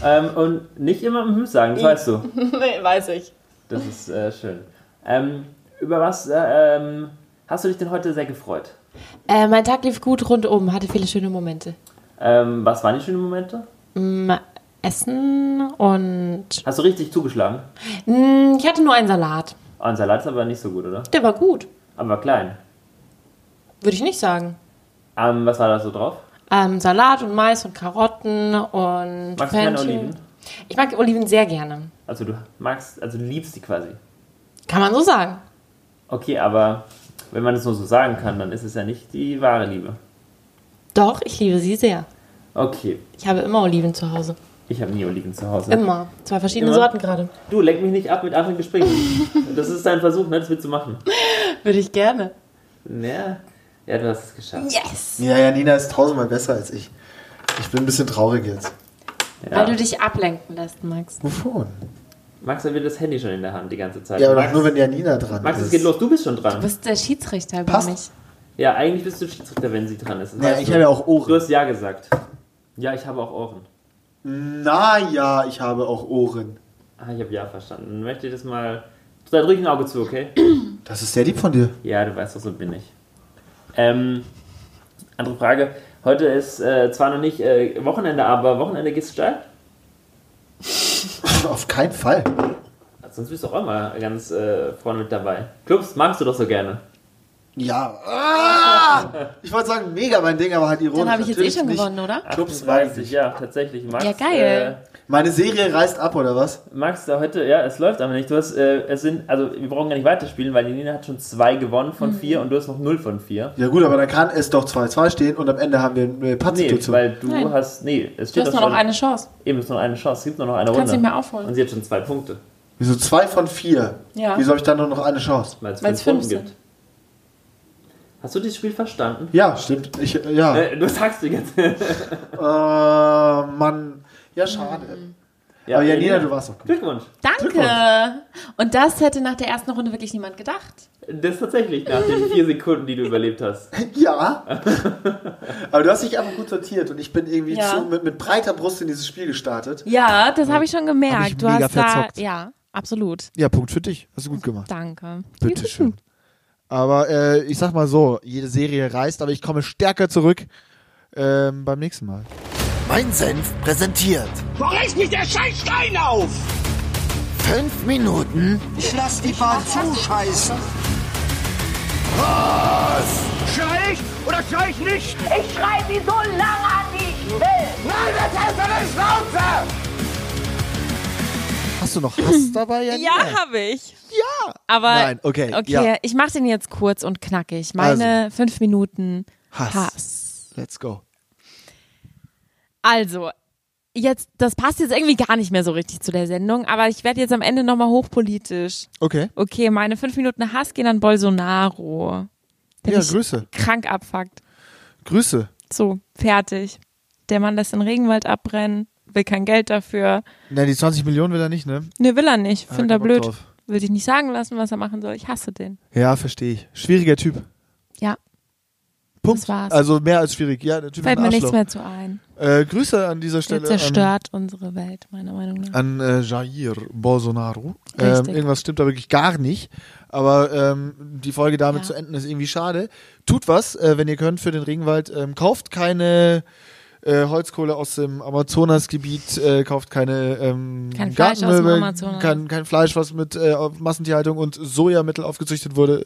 S3: Ähm, und nicht immer mhm sagen, das weißt du.
S2: nee, weiß ich.
S3: Das ist äh, schön. Ähm, über was äh, ähm, hast du dich denn heute sehr gefreut?
S4: Äh, mein Tag lief gut rundum, hatte viele schöne Momente.
S3: Ähm, was waren die schönen Momente?
S4: Mm, Essen und
S3: Hast du richtig zugeschlagen?
S4: mm, ich hatte nur einen Salat.
S3: Oh, ein Salat ist aber nicht so gut, oder?
S4: Der war gut,
S3: Aber war klein.
S4: würde ich nicht sagen.
S3: Ähm, was war da so drauf?
S4: Ähm, Salat und Mais und Karotten und
S3: Magst du keine
S4: Fenchel.
S3: Oliven?
S4: Ich mag Oliven sehr gerne.
S3: Also du magst, also du liebst die quasi.
S4: Kann man so sagen.
S3: Okay, aber wenn man es nur so sagen kann, dann ist es ja nicht die wahre Liebe.
S4: Doch, ich liebe sie sehr.
S3: Okay,
S4: Ich habe immer Oliven zu Hause.
S3: ich habe nie Oliven zu Hause.
S4: Immer. Zwei verschiedene
S3: Immer?
S4: Sorten gerade.
S3: Du, lenk mich nicht ab mit anderen Gesprächen. Das ist dein Versuch, ne, das willst du machen.
S4: Würde ich gerne.
S3: Ja, ja du hast es geschafft.
S4: Yes!
S1: Ja, Janina ist tausendmal besser als ich. Ich bin ein bisschen traurig jetzt.
S4: Weil
S3: Ja.
S4: du dich ablenken lässt, Max.
S1: Wovon?
S3: Max hat wieder das Handy schon in der Hand die ganze Zeit.
S1: Ja, aber doch
S3: Max,
S1: nur, wenn Janina dran
S3: Max,
S1: ist.
S3: es geht los, du bist schon dran.
S4: Du bist der Schiedsrichter über
S1: Passt.
S4: mich.
S3: Ja, eigentlich bist du Schiedsrichter, wenn sie dran ist. Das
S1: Ja,
S3: weißt
S1: ich
S3: du.
S1: habe ja auch Ohren.
S3: Du hast Ja gesagt. Ja, ich habe auch Ohren.
S1: Naja, ich habe auch Ohren.
S3: Ah, ich habe Ja verstanden. Dann möchte ich das mal. Da drück ich ein Auge zu, okay?
S1: Das ist sehr lieb von dir.
S3: Ja, du weißt doch, so bin ich. Ähm, andere Frage. Heute ist äh, zwar noch nicht äh, Wochenende, aber Wochenende geht's steil.
S1: Auf keinen Fall.
S3: Also Sonst bist du auch immer ganz äh, vorne mit dabei. Clubs magst du doch so gerne.
S1: Ja. Ah! Ich wollte sagen, mega mein Ding, aber halt ironisch.
S4: Dann habe ich jetzt eh
S1: Natürlich
S4: schon
S1: nicht.
S4: gewonnen, oder?
S1: Clubs
S3: 38,
S1: weiß ich.
S3: ja, tatsächlich. Max,
S4: Ja, geil.
S1: Meine Serie reißt ab, oder was?
S3: Äh, Max, da heute, ja, es läuft aber nicht. Du hast, äh, es sind, also wir brauchen gar nicht weiterspielen, weil die Nina hat schon zwei gewonnen
S2: Mhm.
S3: von vier und du hast noch null von vier.
S1: Ja gut, aber dann kann es doch 2-2 stehen und am Ende haben wir eine
S3: Nee,
S1: Pattsituation.
S3: weil du
S2: Nein.
S3: hast, nee, es
S2: Du
S3: steht
S2: hast
S3: doch
S2: nur noch
S3: schon-
S2: eine Chance.
S3: Eben, es ist nur eine Chance, es gibt nur noch eine Runde.
S2: Kannst nicht mehr aufholen.
S3: Und sie hat schon zwei Punkte,
S1: Wieso 2 von 4?
S2: Ja.
S1: Wieso habe ich dann nur noch eine Chance?
S3: weil es
S2: Weil's
S3: fünf Runden
S2: fünf sind.
S3: gibt. Hast du dieses Spiel verstanden?
S1: Ja, stimmt. Ich, ja.
S3: Äh, du sagst du jetzt.
S1: Äh, Mann. Ja, schade.
S3: Ja,
S1: aber Janina, du warst auch gut.
S3: Glückwunsch.
S4: Danke! Und das hätte nach der ersten Runde wirklich niemand gedacht.
S3: Das ist tatsächlich nach den vier Sekunden, die du überlebt hast.
S1: Ja. Aber du hast dich einfach gut sortiert und ich bin irgendwie
S2: Ja.
S1: zu, mit, mit breiter Brust in dieses Spiel gestartet.
S2: Ja, das habe ich schon gemerkt.
S1: Hab ich
S2: du
S1: mega
S2: hast
S1: verzockt.
S2: da, ja, absolut.
S1: Ja, Punkt für dich. Hast du gut gemacht.
S2: Danke.
S1: Bitteschön. Aber äh, ich sag mal so, jede Serie reißt, aber ich komme stärker zurück ähm, beim nächsten Mal.
S5: Mein Senf präsentiert.
S6: Wo reißt mich der Scheißstein auf?
S5: Fünf Minuten
S6: Ich lass die Bahn zuscheißen. Was? Schrei ich oder schrei ich nicht?
S7: Ich schreibe sie so lange an, wie ich will.
S6: Nein, das heißt eine Schnauze!
S1: Hast du noch Hass dabei, Janina?
S2: Ja, habe ich. Ja. Aber
S1: Nein, okay,
S2: Okay,
S1: ja. Also.
S2: ich mache den jetzt kurz und knackig. Meine fünf Minuten
S1: Hass.
S2: Hass.
S1: Let's go.
S2: Also, jetzt, das passt jetzt irgendwie gar nicht mehr so richtig zu der Sendung, aber ich werde jetzt am Ende nochmal hochpolitisch.
S1: Okay.
S2: Okay, meine fünf Minuten Hass gehen an Bolsonaro. Der
S1: Ja,
S2: mich
S1: Grüße.
S2: Krank abfuckt.
S1: Grüße.
S2: So, fertig. Der Mann lässt den Regenwald abbrennen, will kein Geld dafür.
S1: Na, die 20 Millionen will er nicht, ne?
S2: Ne, will er nicht.
S1: Ah,
S2: Find er
S1: kein Bock
S2: blöd.
S1: drauf.
S2: Will dich nicht sagen lassen, was er machen soll. Ich hasse den.
S1: Ja, verstehe ich. Schwieriger Typ.
S2: Ja,
S1: Punkt.
S2: Das war's.
S1: Also mehr als schwierig. Ja, der Typ
S2: fällt
S1: ist
S2: mir
S1: ein
S2: nichts
S1: Arschloch.
S2: mehr zu ein.
S1: Äh, Grüße an dieser
S2: Der
S1: Stelle.
S2: zerstört unsere Welt, meiner Meinung nach.
S1: An, an äh, Jair Bolsonaro. Ähm,
S2: Richtig.
S1: irgendwas stimmt da wirklich gar nicht. Aber ähm, die Folge damit
S2: Ja.
S1: zu enden ist irgendwie schade. Tut was, äh, wenn ihr könnt, für den Regenwald. Ähm, kauft keine äh, Holzkohle aus dem Amazonasgebiet, äh, kauft keine ähm,
S2: Kein Fleisch aus dem
S1: Gartenmöbel,
S2: Amazonas.
S1: Kein, kein Fleisch, was mit äh, auf Massentierhaltung und Sojamittel aufgezüchtet wurde.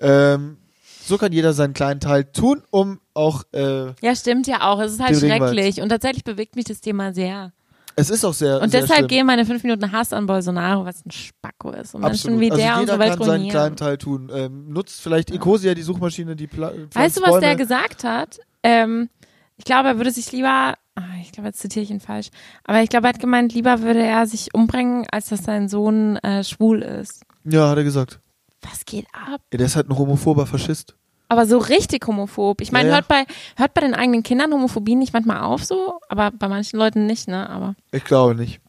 S1: Ähm, so kann jeder seinen kleinen Teil tun, um auch äh,
S2: Ja, stimmt ja auch. Es ist halt
S1: Den Regenwald.
S2: schrecklich. Und tatsächlich bewegt mich das Thema sehr.
S1: es ist auch sehr
S2: Und
S1: sehr
S2: deshalb
S1: schlimm.
S2: gehen meine fünf Minuten Hass an Bolsonaro, was ein Spacko ist. Und
S1: Absolut.
S2: Menschen Ne, wie der
S1: also jeder
S2: unsere Welt
S1: kann seinen kleinen
S2: ruinieren.
S1: Teil tun. Ähm, nutzt vielleicht Ecosia, die Suchmaschine, die Pla pflanzt
S2: Weißt du, was
S1: Bäume.
S2: der gesagt hat? Ähm, ich glaube, er würde sich lieber, ah, ich glaube, jetzt zitiere ich ihn falsch, aber ich glaube, er hat gemeint, lieber würde er sich umbringen, als dass sein Sohn äh, schwul ist.
S1: Ja, hat er gesagt.
S2: Was geht ab?
S1: Ja, der ist halt ein homophober Faschist.
S2: Aber so richtig homophob. Ich meine,
S1: Ja, ja.
S2: hört bei hört bei den eigenen Kindern Homophobie nicht manchmal auf so, aber bei manchen Leuten nicht, ne? Aber
S1: Ich glaube nicht.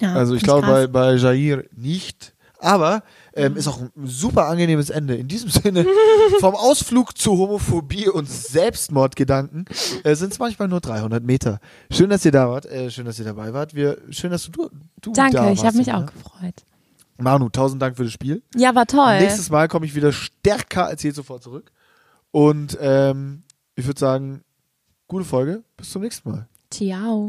S2: ja,
S1: Also ich
S2: find
S1: glaube bei,
S2: Ah, krass. Mhm.
S1: bei Jair nicht. Aber ähm, ist auch ein super angenehmes Ende. In diesem Sinne, vom Ausflug zu Homophobie und Selbstmordgedanken äh, sind es manchmal nur 300 Meter. Schön, dass ihr da wart. Äh, schön, dass ihr dabei wart. Wir, schön, dass du, du da
S2: Danke,
S1: warst.
S2: ich habe mich
S1: ne?
S2: auch gefreut.
S1: Manu, tausend Dank für das Spiel.
S2: Ja, war toll.
S1: Nächstes Mal komme ich wieder stärker als je zuvor zurück. Und ähm, ich würde sagen, gute Folge. Bis zum nächsten Mal.
S2: Ciao.